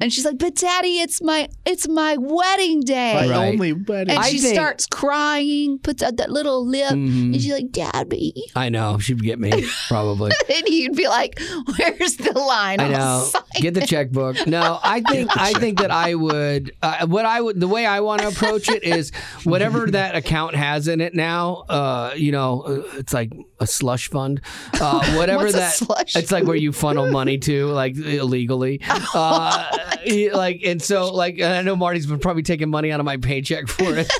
Speaker 2: and she's like, "But Daddy, it's my it's my wedding day."
Speaker 3: My
Speaker 1: Right.
Speaker 3: only wedding.
Speaker 2: And
Speaker 1: I
Speaker 2: she
Speaker 1: think- Mm-hmm.
Speaker 2: starts crying, puts out that little lip, and she's like, Daddy. *laughs*
Speaker 1: I know she'd get me probably.
Speaker 2: And you'd be like, Where's the line?
Speaker 1: I
Speaker 2: on
Speaker 1: know.
Speaker 2: the *laughs* sign?"
Speaker 1: Get the checkbook. No, I think I think that I would. Uh, what I would, the way I want to approach it is whatever that account has in it now. Uh, you know, uh, it's like a slush fund. Uh, whatever
Speaker 2: What's a
Speaker 1: that.
Speaker 2: slush
Speaker 1: it's like where you funnel money to, like illegally. Uh, like and so like and I know Marty's been probably taking money out of my paycheck for it.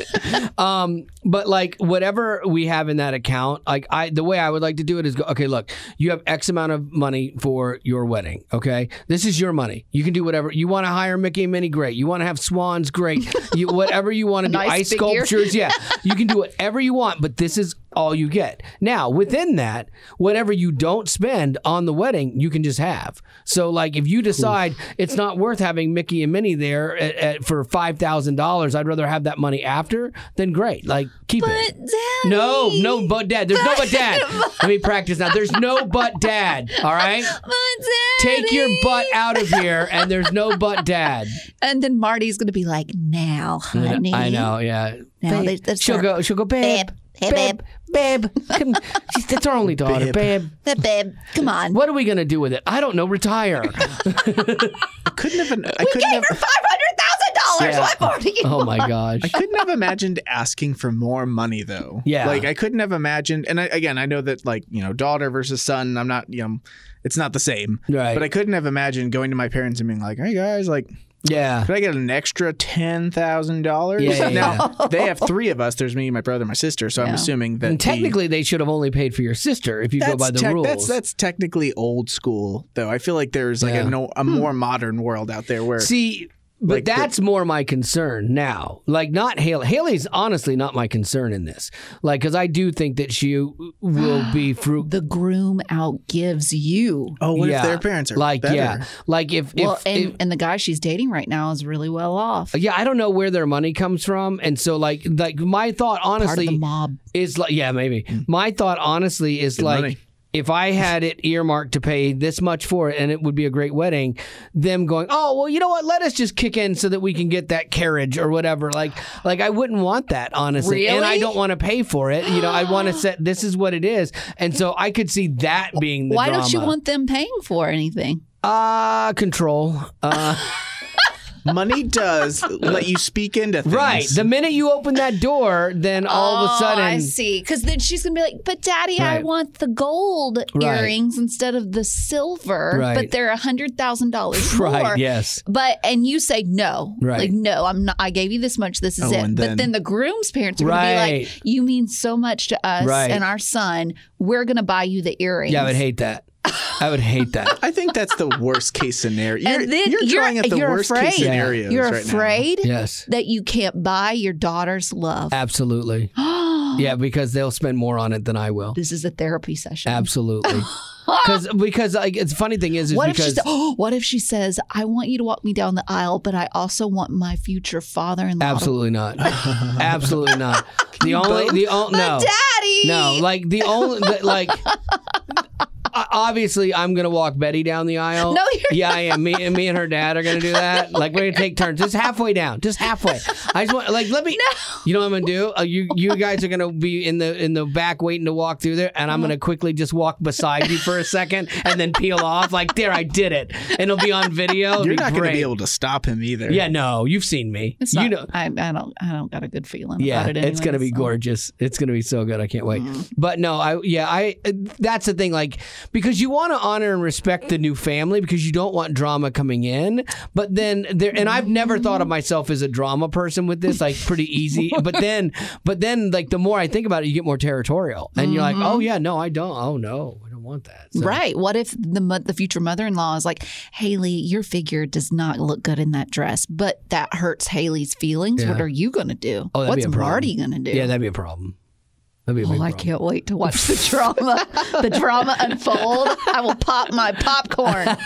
Speaker 1: um, but like whatever we have in that account, like I the way I would like to do it is go, okay, look, you have X amount of money for your wedding. Okay, this is your money. You can do whatever you want to hire Mickey and Minnie. Great. You want to have swans. Great. You whatever you want to do.
Speaker 2: Nice
Speaker 1: Ice
Speaker 2: figure.
Speaker 1: sculptures. Yeah, you can do whatever you want, but this is all you get. Now within that, whatever you don't spend on the wedding, you can just have. So like if you decide it's not worth having Mickey and Minnie there at, at, for five thousand dollars, I'd rather have that money after. Then great. Like keep it.
Speaker 2: But Daddy.
Speaker 1: No, no, but dad. There's no but dad.
Speaker 2: *laughs*
Speaker 1: Let me practice now. There's no but dad. All right.
Speaker 2: But Daddy.
Speaker 1: Take your butt out of here, and there's no but dad.
Speaker 2: And then Marty's going to be like, Now, honey.
Speaker 1: I know. Yeah.
Speaker 2: Now
Speaker 1: Babe.
Speaker 2: they- that's
Speaker 1: she'll
Speaker 2: her-
Speaker 1: go. She'll go. Babe.
Speaker 2: Babe. Hey, babe.
Speaker 1: Babe. Come. She's, that's our only daughter. Babe.
Speaker 3: Babe.
Speaker 2: Hey, babe, come on.
Speaker 1: What are we gonna do with it? I don't know. Retire.
Speaker 3: I couldn't have. an- I couldn't have.
Speaker 2: For $500,000.
Speaker 1: Yeah.
Speaker 2: What more do you
Speaker 1: oh
Speaker 2: want?
Speaker 1: my gosh.
Speaker 3: I couldn't have imagined asking for more money though.
Speaker 1: Yeah.
Speaker 3: Like I couldn't have imagined and I, again I know that like, you know, daughter versus son, I'm not, you know, it's not the same.
Speaker 1: Right.
Speaker 3: But I couldn't have imagined going to my parents and being like, "Hey guys, like
Speaker 1: Yeah.
Speaker 3: Could I get an extra ten thousand dollars?
Speaker 1: Yeah, yeah,
Speaker 3: Now they have three of us. There's me, my brother, my sister. So I'm
Speaker 2: Yeah.
Speaker 3: assuming that
Speaker 1: And
Speaker 3: the-
Speaker 1: technically, they should have only paid for your sister if you go by the
Speaker 3: tec-
Speaker 1: rules.
Speaker 3: That's that's technically old school though. I feel like there's like
Speaker 1: Yeah. Hmm.
Speaker 3: a no a more modern world out there where
Speaker 1: See, but
Speaker 3: Like the-
Speaker 1: that's more my concern now. Like, not Haley. Haley's honestly not my concern in this. Like, because I do think that she will be fruit.
Speaker 2: The groom outgives you.
Speaker 3: oh what
Speaker 1: yeah.
Speaker 3: if their parents are
Speaker 1: like,
Speaker 3: better?
Speaker 1: yeah, like if
Speaker 2: Well,
Speaker 1: if,
Speaker 2: and,
Speaker 1: if-
Speaker 2: and the guy she's dating right now is really well off.
Speaker 1: yeah, I don't know where their money comes from, and so like like my thought
Speaker 2: Part of the
Speaker 1: honestly
Speaker 2: mob.
Speaker 1: is like yeah maybe
Speaker 2: Hmm.
Speaker 1: my thought honestly is like.
Speaker 3: money.
Speaker 1: If I had it earmarked to pay this much for it and it would be a great wedding, them going, oh, well, you know what? Let us just kick in so that we can get that carriage or whatever. Like, like I wouldn't want that, honestly. And I
Speaker 2: Really?
Speaker 1: don't want to pay for it. You know, I want to set this is what it is. And so I could see that being the
Speaker 2: Why don't you
Speaker 1: drama.
Speaker 2: want them paying for anything?
Speaker 1: uh, control?
Speaker 2: *laughs*
Speaker 1: Uh,
Speaker 3: Money does let you speak into things.
Speaker 1: Right. The minute you open that door, then all of a sudden,
Speaker 2: oh, I see. Because then she's gonna be like, "But Daddy, I
Speaker 1: Right.
Speaker 2: want the gold
Speaker 1: Right.
Speaker 2: earrings instead of the silver,
Speaker 1: Right.
Speaker 2: but they're a hundred thousand dollars more."
Speaker 1: *laughs* right? Yes.
Speaker 2: But and you say no,
Speaker 1: Right.
Speaker 2: like no, I'm not. I gave you this much. This is
Speaker 3: Oh,
Speaker 2: it.
Speaker 3: and
Speaker 2: but
Speaker 3: then-
Speaker 2: then the groom's parents are gonna be
Speaker 1: Right.
Speaker 2: like, "You mean so much to us
Speaker 1: Right.
Speaker 2: and our son. We're gonna buy you the earrings."
Speaker 1: Yeah, I would hate that. I would hate
Speaker 2: *laughs*
Speaker 1: that.
Speaker 3: I think that's the worst case scenario. You're,
Speaker 2: And then
Speaker 3: you're,
Speaker 2: you're-
Speaker 3: drawing at the
Speaker 2: you're
Speaker 3: worst
Speaker 2: afraid.
Speaker 3: case
Speaker 2: Yeah.
Speaker 3: scenarios
Speaker 2: You're
Speaker 3: right
Speaker 2: afraid
Speaker 1: Yes.
Speaker 2: that you can't buy your daughter's love.
Speaker 1: Absolutely.
Speaker 2: *gasps*
Speaker 1: yeah, because they'll spend more on it than I will.
Speaker 2: This is a therapy session.
Speaker 1: Absolutely.
Speaker 2: *laughs*
Speaker 1: Because because like it's funny thing is is
Speaker 2: What if she
Speaker 1: because
Speaker 2: says, oh, *gasps* "What if she says, I want you to walk me down the aisle, but I also want my future father-in-law." to-"
Speaker 1: absolutely
Speaker 2: *laughs*
Speaker 1: not, absolutely not. The only the only no
Speaker 2: Daddy.
Speaker 1: oh. no like the only the,
Speaker 2: *laughs*
Speaker 1: like. o- Obviously, I'm gonna walk Betty down the aisle.
Speaker 2: No, you're
Speaker 1: yeah, I am. Me, me and her dad are gonna do
Speaker 2: *laughs*
Speaker 1: that. Like we're gonna take turns, just halfway down, just halfway. I just want, like, let me. You know what I'm gonna do? Uh, you, you guys are gonna be in the in the back waiting to walk through there, and I'm
Speaker 2: Uh-huh.
Speaker 1: gonna quickly just walk beside you for a second, and then peel off. Like there, I did it, and it'll be on video. It'll
Speaker 3: now. You're
Speaker 1: be
Speaker 3: not going to
Speaker 1: great.
Speaker 3: be able to stop him either.
Speaker 1: Yeah, no, you've seen me.
Speaker 2: It's
Speaker 1: you
Speaker 2: not,
Speaker 1: know.
Speaker 2: I, I don't. I don't got a good feeling
Speaker 1: Yeah,
Speaker 2: about it. Anyway,
Speaker 1: it's gonna be
Speaker 2: so. Mm-hmm.
Speaker 1: gorgeous. It's gonna be so good. I can't wait. But no, I yeah, I that's the thing. Like because you want to honor and respect the new family because you don't want drama coming in. But then there, and I've never thought
Speaker 2: Mm-hmm.
Speaker 1: of myself as a drama person with this. Like
Speaker 2: *laughs*
Speaker 1: pretty easy. but then, but then like the more I think about it, you get more territorial, and you're like,
Speaker 2: Mm-hmm.
Speaker 1: oh yeah, no, I don't. Oh no, I don't want that. So-
Speaker 2: Right. What if the mo- the future mother in law is like, Haley, your figure does not look good in that dress, but that hurts Haley's feelings. What
Speaker 1: Yeah.
Speaker 2: are you going to do?
Speaker 1: Oh, that'd be
Speaker 2: What's
Speaker 1: a problem.
Speaker 2: Marty going to do?
Speaker 1: Yeah, that'd be a problem. That'd be a big
Speaker 2: Oh, I
Speaker 1: problem.
Speaker 2: can't wait to watch the drama, the drama unfold. I will pop my popcorn.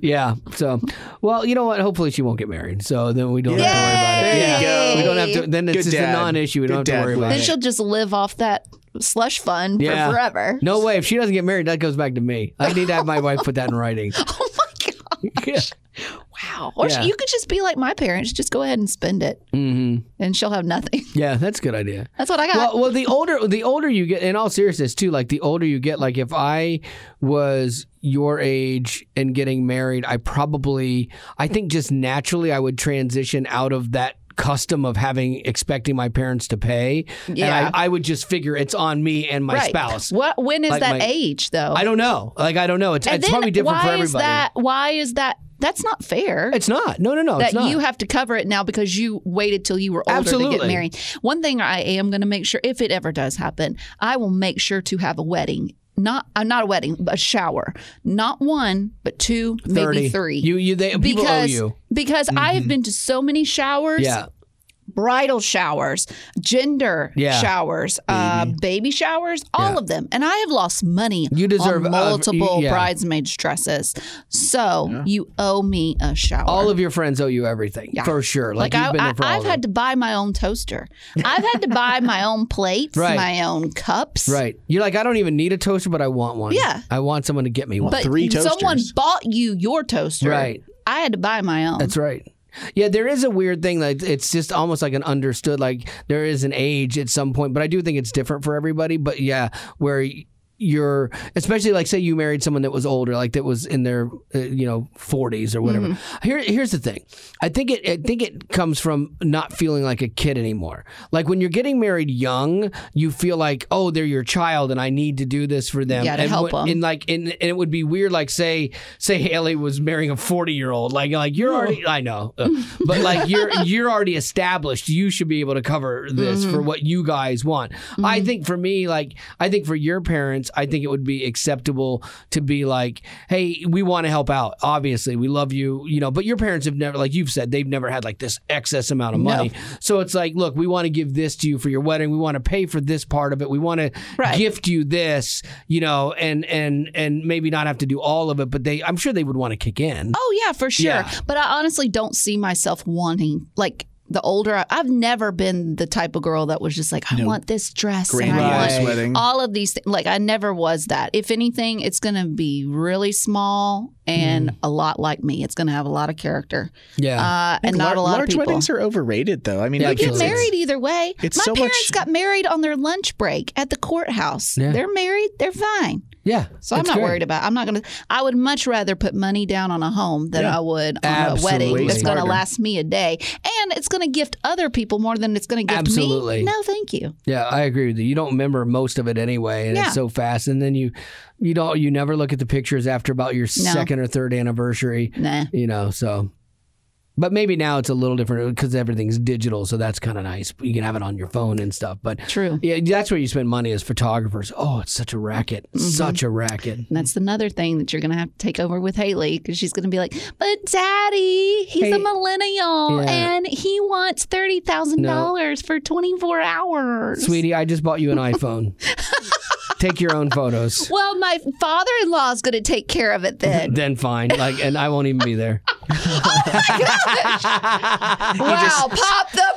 Speaker 1: Yeah. So, well, you know what? Hopefully, she won't get married. So then we don't have to worry about it.
Speaker 2: Yay!
Speaker 1: yeah.
Speaker 2: There you
Speaker 1: We
Speaker 2: go.
Speaker 1: don't have to. Then it's
Speaker 3: Good
Speaker 1: just a
Speaker 3: dad.
Speaker 1: non-issue. We don't
Speaker 3: Good
Speaker 1: have to worry
Speaker 3: dad.
Speaker 1: about
Speaker 2: Then
Speaker 1: it.
Speaker 2: she'll just live off that slush fund
Speaker 1: Yeah.
Speaker 2: for forever.
Speaker 1: No way. If she doesn't get married, that goes back to me. I need to have my wife put that in writing.
Speaker 2: *laughs* *laughs* Oh my god!
Speaker 1: Yeah. *laughs*
Speaker 2: Wow. Or she-
Speaker 1: Yeah.
Speaker 2: you could just be like my parents, just go ahead and spend it,
Speaker 1: hmm
Speaker 2: and she'll have nothing. *laughs*
Speaker 1: Yeah, that's a good idea.
Speaker 2: That's what I got.
Speaker 1: Well, well, the older the older you get, in all seriousness, too. Like the older you get, like if I was your age and getting married, I probably, I think, just naturally, I would transition out of that custom of having expecting my parents to pay,
Speaker 2: Yeah.
Speaker 1: and I, I would just figure it's on me and my
Speaker 2: right.
Speaker 1: spouse.
Speaker 2: What? When is
Speaker 1: Like
Speaker 2: that
Speaker 1: my-
Speaker 2: age though?
Speaker 1: I don't know. Like I don't know. It's,
Speaker 2: and
Speaker 1: it's
Speaker 2: then
Speaker 1: probably different
Speaker 2: why
Speaker 1: for everybody.
Speaker 2: is that? Why is that? That's not fair.
Speaker 1: It's not. No, no, no.
Speaker 2: that
Speaker 1: it's not.
Speaker 2: you have to cover it now because you waited till you were older to
Speaker 1: Absolutely.
Speaker 2: get married. One thing I am going to make sure, if it ever does happen, I will make sure to have a wedding. Not uh, not a wedding, but a shower. Not one, but two, maybe three.
Speaker 1: You, you, they, people owe
Speaker 2: because
Speaker 1: you. Mm-hmm.
Speaker 2: because I have been to so many showers,
Speaker 1: Yeah.
Speaker 2: bridal showers, gender
Speaker 1: Yeah.
Speaker 2: showers, Uh, baby showers, all of them, and I have lost money.
Speaker 1: You deserve
Speaker 2: on
Speaker 1: of-
Speaker 2: multiple
Speaker 1: y- yeah.
Speaker 2: bridesmaids dresses, so you owe me a shower.
Speaker 1: All of your friends owe you everything for sure. Like,
Speaker 2: Like,
Speaker 1: you've been
Speaker 2: I,
Speaker 1: there for
Speaker 2: I,
Speaker 1: all
Speaker 2: I've
Speaker 1: of
Speaker 2: had
Speaker 1: it.
Speaker 2: to buy my own toaster. I've had to buy
Speaker 1: *laughs*
Speaker 2: my own plates,
Speaker 1: Right.
Speaker 2: my own cups.
Speaker 1: Right. You're like, I don't even need a toaster, but I want one.
Speaker 2: Yeah.
Speaker 1: I want someone to get me one.
Speaker 2: But
Speaker 3: Three
Speaker 2: someone
Speaker 3: toasters.
Speaker 2: bought you your toaster.
Speaker 1: Right.
Speaker 2: I had to buy my own.
Speaker 1: That's right. Yeah, there is a weird thing like it's just almost like an understood like there is an age at some point, but I do think it's different for everybody. But yeah, where your especially like say you married someone that was older like that was in their uh, you know 40s or whatever here here's the thing i think it i think it comes from not feeling like a kid anymore like when you're getting married young you feel like oh they're your child and i need to do this for them
Speaker 2: Yeah, to
Speaker 1: and
Speaker 2: help
Speaker 1: when-
Speaker 2: 'em.
Speaker 1: and like and, and it would be weird like say say haley was marrying a 40 year old like like you're already i know uh, but like you're you're already established you should be able to cover this for what you guys want i think for me like i think for your parents i think it would be acceptable to be like hey we want to help out obviously we love you you know but your parents have never like you've said they've never had like this excess amount of money so it's like look we want to give this to you for your wedding we want to pay for this part of it we want to
Speaker 2: Right.
Speaker 1: gift you this, you know, and and and maybe not have to do all of it, but they I'm sure they would want to kick in.
Speaker 2: Oh yeah, for sure.
Speaker 1: Yeah.
Speaker 2: But I honestly don't see myself wanting like the older I, I've never been the type of girl that was just like I want this dress and I
Speaker 3: Grandiose
Speaker 2: want
Speaker 3: wedding.
Speaker 2: all of these things. Like I never was that. If anything, it's going to be really small and a lot like me. It's going to have a lot of character
Speaker 1: Mm. Yeah.
Speaker 2: uh, and not
Speaker 3: Lar-
Speaker 2: a lot
Speaker 3: large
Speaker 2: of people.
Speaker 3: weddings are overrated, though. I mean,
Speaker 1: Yeah,
Speaker 3: like,
Speaker 2: Get
Speaker 3: it's-
Speaker 1: Absolutely.
Speaker 2: married either way.
Speaker 3: It's
Speaker 2: My
Speaker 3: so much-
Speaker 2: parents got married on their lunch break at the courthouse.
Speaker 1: Yeah.
Speaker 2: They're married. They're fine.
Speaker 1: yeah.
Speaker 2: So I'm
Speaker 1: It's
Speaker 2: not
Speaker 1: great.
Speaker 2: worried about. I'm not gonna. I would much rather put money down on a home than I would on a
Speaker 1: Absolutely.
Speaker 2: wedding that's gonna
Speaker 3: Smarter.
Speaker 2: last me a day, and it's gonna gift other people more than it's gonna gift
Speaker 1: Absolutely.
Speaker 2: me. No, thank you.
Speaker 1: Yeah, I agree with you. You don't remember most of it anyway, and
Speaker 2: Yeah.
Speaker 1: it's so fast. And then you you don't you never look at the pictures after about your
Speaker 2: No.
Speaker 1: second or third anniversary.
Speaker 2: Nah.
Speaker 1: You know, so but maybe now it's a little different because everything's digital, so that's kind of nice. You can have it on your phone and stuff. But
Speaker 2: True.
Speaker 1: yeah, that's where you spend money as photographers. Oh, it's such a racket,
Speaker 2: Mm-hmm.
Speaker 1: such a racket.
Speaker 2: And that's another thing that you're gonna have to take over with Haley because she's gonna be like, "But Daddy, he's
Speaker 1: Hey.
Speaker 2: a millennial
Speaker 1: Yeah.
Speaker 2: and he wants thirty thousand dollars for twenty four hours."
Speaker 1: Sweetie, I just bought you an iPhone.
Speaker 2: *laughs*
Speaker 1: Take your own photos.
Speaker 2: Well, my father in law is gonna take care of it
Speaker 1: *laughs*
Speaker 2: then.
Speaker 1: Then fine. Like and I won't even be
Speaker 2: *laughs*
Speaker 1: there. *laughs*
Speaker 2: wow! pop the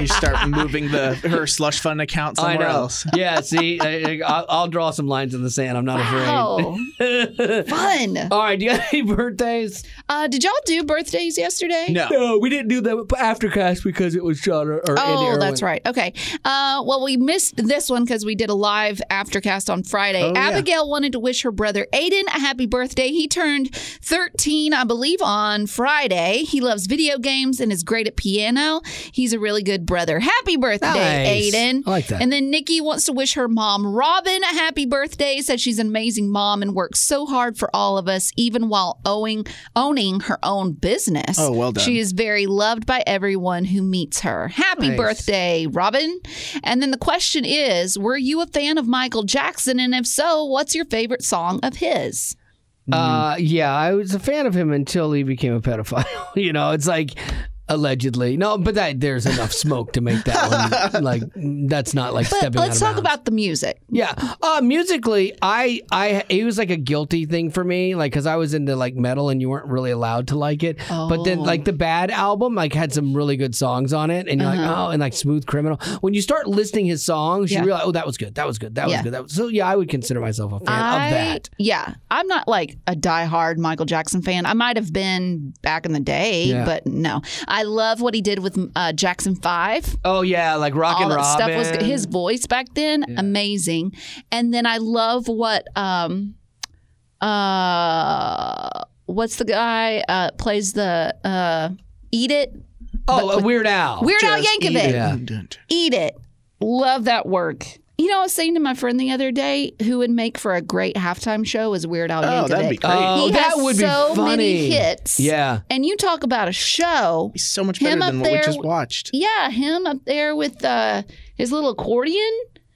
Speaker 1: *laughs*
Speaker 3: you start *laughs* moving the her slush fund account
Speaker 1: I
Speaker 3: somewhere
Speaker 1: know.
Speaker 3: else.
Speaker 1: *laughs* Yeah, see, I, will I'll draw some lines in the sand. I'm not afraid.
Speaker 2: Wow. Oh, Fun.
Speaker 1: *laughs* All right, do you got any birthdays?
Speaker 2: Uh, did y'all do birthdays yesterday?
Speaker 3: No.
Speaker 1: No, we didn't do the aftercast because it was John or, or Andy
Speaker 2: Oh,
Speaker 1: Irwin.
Speaker 2: that's right. Okay. Uh, well, we missed this one because we did a live aftercast on
Speaker 1: Oh,
Speaker 2: Friday.
Speaker 3: yeah.
Speaker 2: Abigail wanted to wish her brother Aiden a happy birthday. He turned 13, I believe, on Friday. He loves video games and is great at piano. He's a really good brother. Happy birthday,
Speaker 1: Nice.
Speaker 2: Aiden.
Speaker 1: I like that.
Speaker 2: And then Nikki wants to wish her mom, Robin, a happy birthday. Said she's an amazing mom and works so hard for all of us, even while owing owning her own business.
Speaker 3: Oh, well done.
Speaker 2: She is very loved by everyone who meets her. Happy
Speaker 1: Nice.
Speaker 2: birthday, Robin. And then the question is Were you a fan of Michael Jackson? And if so, what's your favorite song of his? Mm-hmm.
Speaker 1: Uh, yeah, I was a fan of him until he became a pedophile. *laughs* you know, it's like allegedly. No, but that, there's enough smoke to make that
Speaker 2: *laughs*
Speaker 1: one like that's not like
Speaker 2: But
Speaker 1: stepping. out
Speaker 2: let's
Speaker 1: of
Speaker 2: talk
Speaker 1: bounds.
Speaker 2: about the music.
Speaker 1: Yeah, uh, musically, I, I, it was like a guilty thing for me, like because I was into like metal and you weren't really allowed to like it. But then,
Speaker 2: Oh.
Speaker 1: like the Bad album, like had some really good songs on it, and you're like, oh, and like Smooth Criminal. When you start listing his songs,
Speaker 2: Uh-huh. Yeah.
Speaker 1: you realize, oh, that was good, that was good, that
Speaker 2: Yeah.
Speaker 1: was good. That was, so yeah, I would consider myself a fan
Speaker 2: I,
Speaker 1: of that.
Speaker 2: Yeah. I'm not like a diehard Michael Jackson fan. I might have been back in the day,
Speaker 1: Yeah.
Speaker 2: but no. I love what he did with uh, Jackson 5.
Speaker 1: Oh yeah, like Rock
Speaker 2: All
Speaker 1: and
Speaker 2: that
Speaker 1: Robin.
Speaker 2: stuff was good. His voice back then, amazing. And then I love what um uh what's the guy uh plays the uh Eat It?
Speaker 1: oh, uh, Weird Al.
Speaker 2: Weird Al
Speaker 3: Just eat
Speaker 2: Yankovic.
Speaker 1: Yeah.
Speaker 3: it.
Speaker 2: Eat it. Love that work. You know, I was saying to my friend the other day, who would make for a great halftime show is Weird Al Yankovic.
Speaker 3: Oh, that'd be great.
Speaker 1: Oh,
Speaker 2: he
Speaker 1: that
Speaker 2: has
Speaker 1: would
Speaker 2: so
Speaker 1: be funny.
Speaker 2: many hits.
Speaker 1: Yeah.
Speaker 2: And you talk about a show.
Speaker 3: He's so much better
Speaker 2: Him
Speaker 3: than
Speaker 2: up
Speaker 3: what we
Speaker 2: there-
Speaker 3: just watched.
Speaker 2: Yeah, him up there with uh, his little accordion.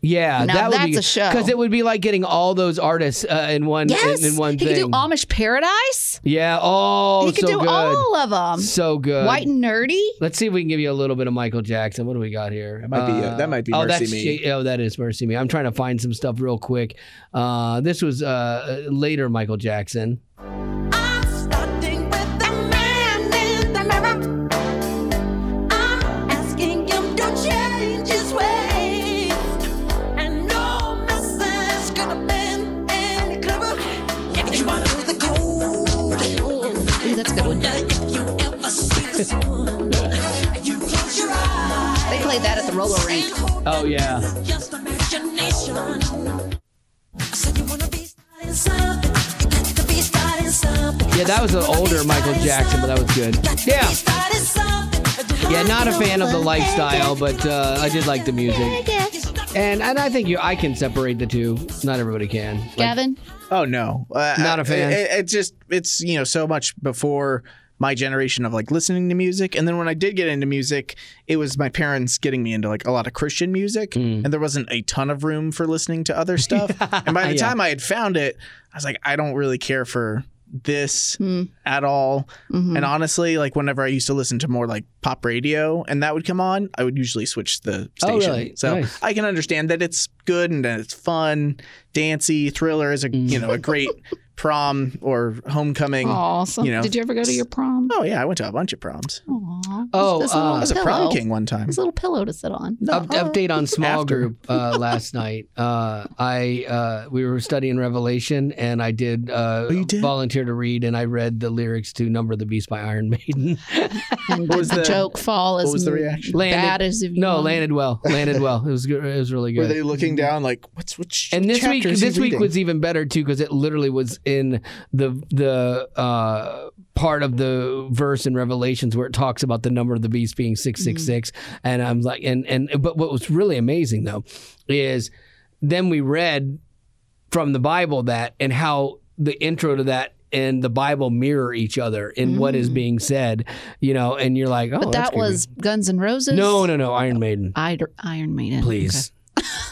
Speaker 1: Yeah,
Speaker 2: Now
Speaker 1: Uh, that would be
Speaker 2: that's a show.
Speaker 1: because it would be like getting all those artists uh, in one
Speaker 2: Yes,
Speaker 1: in, in one
Speaker 2: he
Speaker 1: thing.
Speaker 2: could do Amish Paradise.
Speaker 1: yeah, oh,
Speaker 2: he could
Speaker 1: so
Speaker 2: do
Speaker 1: good,
Speaker 2: all of them.
Speaker 1: so good.
Speaker 2: White and nerdy.
Speaker 1: Let's see if we can give you a little bit of Michael Jackson. What do we got here? That
Speaker 3: might be- uh, that might be
Speaker 1: oh,
Speaker 3: Mercy
Speaker 1: that's,
Speaker 3: Me.
Speaker 1: Oh, that is mercy me. I'm trying to find some stuff real quick. Uh, this was uh, later Michael Jackson.
Speaker 4: I'm starting with the man in the mirror. I'm asking him to change his ways. And no message could have been any clearer. If you want to the cold,
Speaker 2: Ooh, that's a good one. They
Speaker 4: if you ever see the sun, you close your eyes.
Speaker 2: played that at the roller rink.
Speaker 1: Oh yeah,
Speaker 4: Just imagination.
Speaker 1: Yeah, that was an older Michael Jackson, but that was good. Yeah. Yeah, not a fan of the lifestyle, but uh, I did like the music. And and I think you I can separate the two. Not everybody can. Like,
Speaker 2: Gavin?
Speaker 3: Oh no, uh,
Speaker 1: Not a
Speaker 3: I-
Speaker 1: fan.
Speaker 3: It, it just it's you know so much before my generation of like listening to music, and then when I did get into music, it was my parents getting me into like a lot of Christian music,
Speaker 1: Hmm.
Speaker 3: and there wasn't a ton of room for listening to other
Speaker 1: *laughs*
Speaker 3: stuff. and by the
Speaker 1: Yeah.
Speaker 3: time I had found it, I was like, I don't really care for this
Speaker 2: Hmm,
Speaker 3: at all.
Speaker 2: mm-hmm.
Speaker 3: And
Speaker 1: Mm.
Speaker 3: honestly, like whenever I used to listen to more like pop radio, and that would come on, I would usually switch the
Speaker 1: Oh,
Speaker 3: station.
Speaker 1: really?
Speaker 3: So
Speaker 1: Nice.
Speaker 3: I can understand that it's good and that it's fun, dancey. Thriller is a you
Speaker 1: Mm.
Speaker 3: know a great prom or homecoming.
Speaker 2: Awesome.
Speaker 3: You know.
Speaker 2: Did you ever go to your prom?
Speaker 3: Oh yeah, I went to a bunch of proms. I
Speaker 2: Aw.
Speaker 1: Oh,
Speaker 2: Just
Speaker 1: uh,
Speaker 2: little
Speaker 1: I
Speaker 3: was a
Speaker 2: pillow.
Speaker 3: prom king one time.
Speaker 2: This little pillow to sit on.
Speaker 1: Up, update on small
Speaker 3: Oh. After.
Speaker 1: group
Speaker 3: *laughs*
Speaker 1: uh, last night. Uh, I uh, we were studying Revelation, and I did, uh,
Speaker 3: Oh, you did?
Speaker 1: volunteer to read, and I read the lyrics to "Number of the Beast" by Iron Maiden. *laughs*
Speaker 2: And
Speaker 3: What
Speaker 2: did
Speaker 3: was
Speaker 2: the
Speaker 3: the-
Speaker 2: joke fall as
Speaker 3: was the reaction?
Speaker 2: bad
Speaker 1: Landed-
Speaker 2: as if you
Speaker 1: no,
Speaker 2: want?
Speaker 1: landed well, landed well. It was good. It was really good.
Speaker 3: Were they looking down like what's which?
Speaker 1: and this week,
Speaker 3: chapter is he
Speaker 1: this week
Speaker 3: reading?
Speaker 1: was even better too because it literally was in the the uh, part of the verse in Revelations where it talks about the number of the beast being six
Speaker 2: Mm.
Speaker 1: six six, and I'm like, and and but what was really amazing though is then we read from the Bible that and how the intro to that and the Bible mirror each other in what is being said, you know, and you're like, oh,
Speaker 2: Mm. But
Speaker 1: that's
Speaker 2: that was Guns N' Roses.
Speaker 1: creepy. no, no, no, Iron Maiden,
Speaker 2: I- Iron Maiden.
Speaker 1: please.
Speaker 2: *laughs*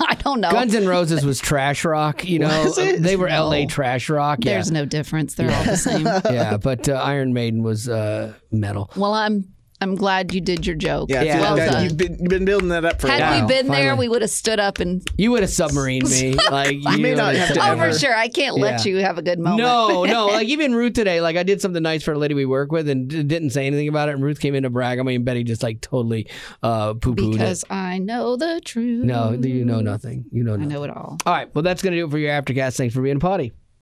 Speaker 2: Okay. I don't know.
Speaker 1: Guns N' Roses was trash rock, you know.
Speaker 3: Oh.
Speaker 1: Uh,
Speaker 3: Was it?
Speaker 1: They were
Speaker 2: No.
Speaker 1: LA trash rock. Yeah.
Speaker 2: There's no difference. They're all the same.
Speaker 1: *laughs* yeah, but uh, Iron Maiden was uh, metal.
Speaker 2: Well, I'm I'm glad you did your joke.
Speaker 3: Yeah, I feel
Speaker 1: Yeah.
Speaker 3: like
Speaker 2: Well
Speaker 3: that-
Speaker 2: done.
Speaker 3: you've been you've been building that up for a
Speaker 2: Had
Speaker 3: while.
Speaker 2: we been there,
Speaker 1: finally.
Speaker 2: we would have stood up and.
Speaker 1: You would have submarined
Speaker 3: *laughs*
Speaker 1: me. Like you
Speaker 3: may not
Speaker 1: would've
Speaker 3: have to
Speaker 1: submarined
Speaker 2: Oh,
Speaker 3: Ever.
Speaker 2: for
Speaker 3: *laughs*
Speaker 2: sure. I can't let
Speaker 1: Yeah.
Speaker 2: you have a good moment.
Speaker 1: No, no. Like even Ruth today, like I did something nice for a lady we work with and d- didn't say anything about it. And Ruth came in to brag on me, and Betty just like totally uh, poo pooed it.
Speaker 2: *laughs* Because I know the truth.
Speaker 1: No, you know nothing. You know
Speaker 2: I
Speaker 1: nothing.
Speaker 2: know it all.
Speaker 1: All right. Well, that's going to do it for your Aftercast. Thanks for being a potty.